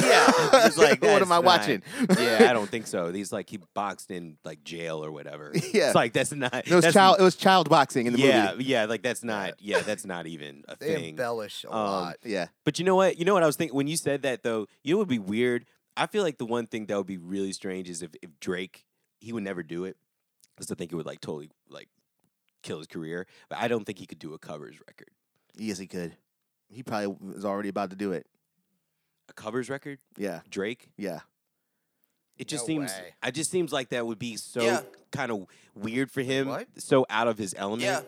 It's like,
What
that's
am I
not-
watching? [LAUGHS]
yeah, I don't think so. He's like he boxed in like jail or whatever.
Yeah.
It's like that's not.
it was
that's-
child, it was child boxing in the
yeah,
movie.
yeah. Like that's not. Yeah, that's not even a
they
thing. Um,
embellish a lot.
Yeah,
But you know what? You know what I was thinking when you said that though. You know what would be weird. I feel like the one thing that would be really strange is if, if Drake he would never do it because I think it would like totally like kill his career. But I don't think he could do a covers record.
yes, he could. He probably was already about to do it.
A covers record,
Yeah,
Drake.
yeah.
It just
No
seems.
way.
I just seems like that would be so
Yeah.
kind of weird for him.
what?
So out of his element.
Yeah.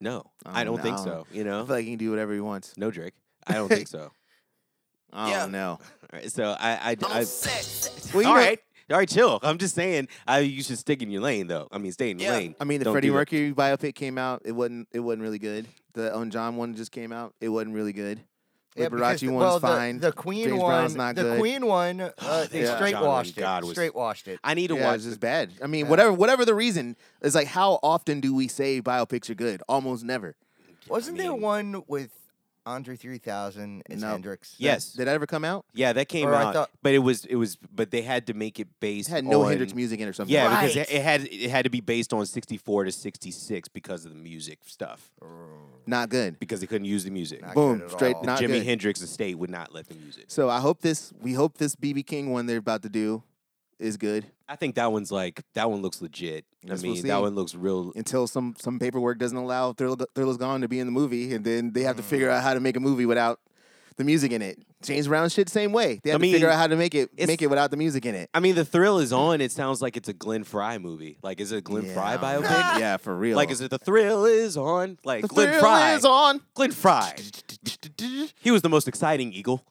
No,
I
I don't think
don't know.
so. You
I
know,
feel like he can do whatever he wants.
no Drake. I don't think so.
I
Yeah.
don't know.
All right, so I, I,
I'm
I
obsessed.
Well, you
all
know-
right, all right, chill. I'm just saying, I you should stick in your lane though. I mean, stay in your
Yeah.
lane.
I mean, the
Don't
Freddie
do that.
Mercury biopic came out. It wasn't. It wasn't really good. The On John one just came out. It wasn't really good.
Yeah, because
Liberace
the-
one's
well, the-
fine.
The, Queen
James
one,
Brown's not
the
good.
Queen one,
[SIGHS]
uh, they
Yeah.
straight
John
washed
God
it.
was-
Straight washed it.
I need to
yeah,
watch
it's
this.
just bad. I mean, whatever whatever the reason, it's like how often do we say biopics are good? Almost never.
Wasn't there
mean-
one with Andre 3000 as
No.
Hendrix?
Yes,
Did that ever come out?
yeah, that came
Or I
out,
thought-
but it was it was, but they had to make it based
It had no
on,
Hendrix music in it or something.
Yeah,
Right.
because it, it had it had to be based on 64 to 66 because of the music stuff
Oh,
not good.
because they couldn't use the music.
Not
Boom,
good at
straight
all.
not
Jimi
good.
Hendrix estate would not let them use it.
So I hope this. We hope this BB King one they're about to do is good
I think that one's like that one looks legit.
Guess
I
we'll
mean, that
see.
one looks real.
until some some paperwork doesn't allow Thriller, Thriller's Gone to be in the movie, and then they
Mm.
have to figure out how to make a movie without the music in it. James Brown shit same way. They
I
have to figure
mean,
out how to make it
it's-
make it without the music in it.
I mean, the thrill is on. It sounds like it's a Glenn Fry movie. Like, is it a Glenn
[LAUGHS]
Fry
I don't know.
biopic?
yeah, for real.
Like, is it the thrill is on? Like
the
Glenn
Thrill
Fry.
is on? [LAUGHS]
Glenn Fry. He was the most exciting eagle.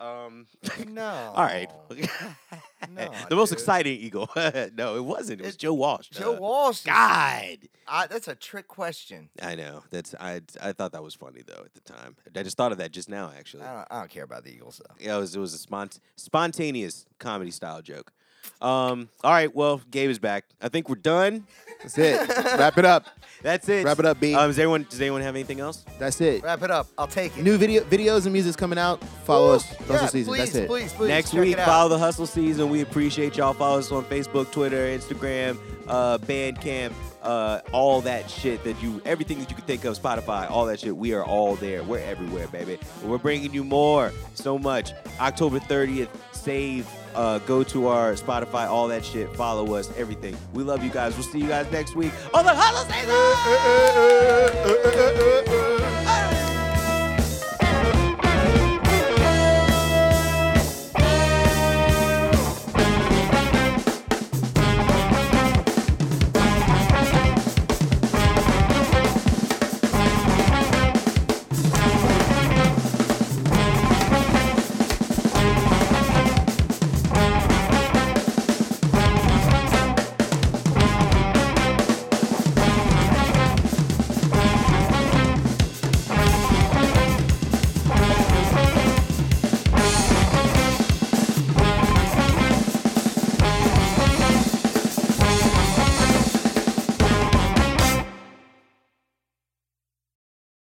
Um.
No.
[LAUGHS] All right.
Oh,
[LAUGHS]
No,
the most
dude.
exciting eagle. [LAUGHS] no, it wasn't. It was
It-
Joe Walsh.
Joe
Uh,
Walsh. is-
God.
I- that's a trick question.
I know. That's I. I thought that was funny though at the time. I just thought of that just now actually.
I don't, I don't care about the Eagles, though.
Yeah, it was it was a spont- spontaneous comedy style joke. Um, all right, well, Gabe is back. I think we're done.
That's it. Wrap it up.
That's it.
Wrap it up, B.
Um, does anyone does anyone have anything else?
That's it.
Wrap it up. I'll take it.
New video videos and music's coming out. Follow
Woo!
us. Hustle
Yeah,
season.
Please,
That's it.
Please, please,
Next
check
week,
it out.
follow the hustle season. We appreciate y'all. Follow us on Facebook, Twitter, Instagram, uh, Bandcamp, uh, all that shit that you, everything that you can think of, Spotify, all that shit. We are all there. We're everywhere, baby. We're bringing you more, so much. October 30th, save, uh, go to our Spotify, all that shit. Follow us, everything. We love you guys. We'll see you guys next week on the hustle season.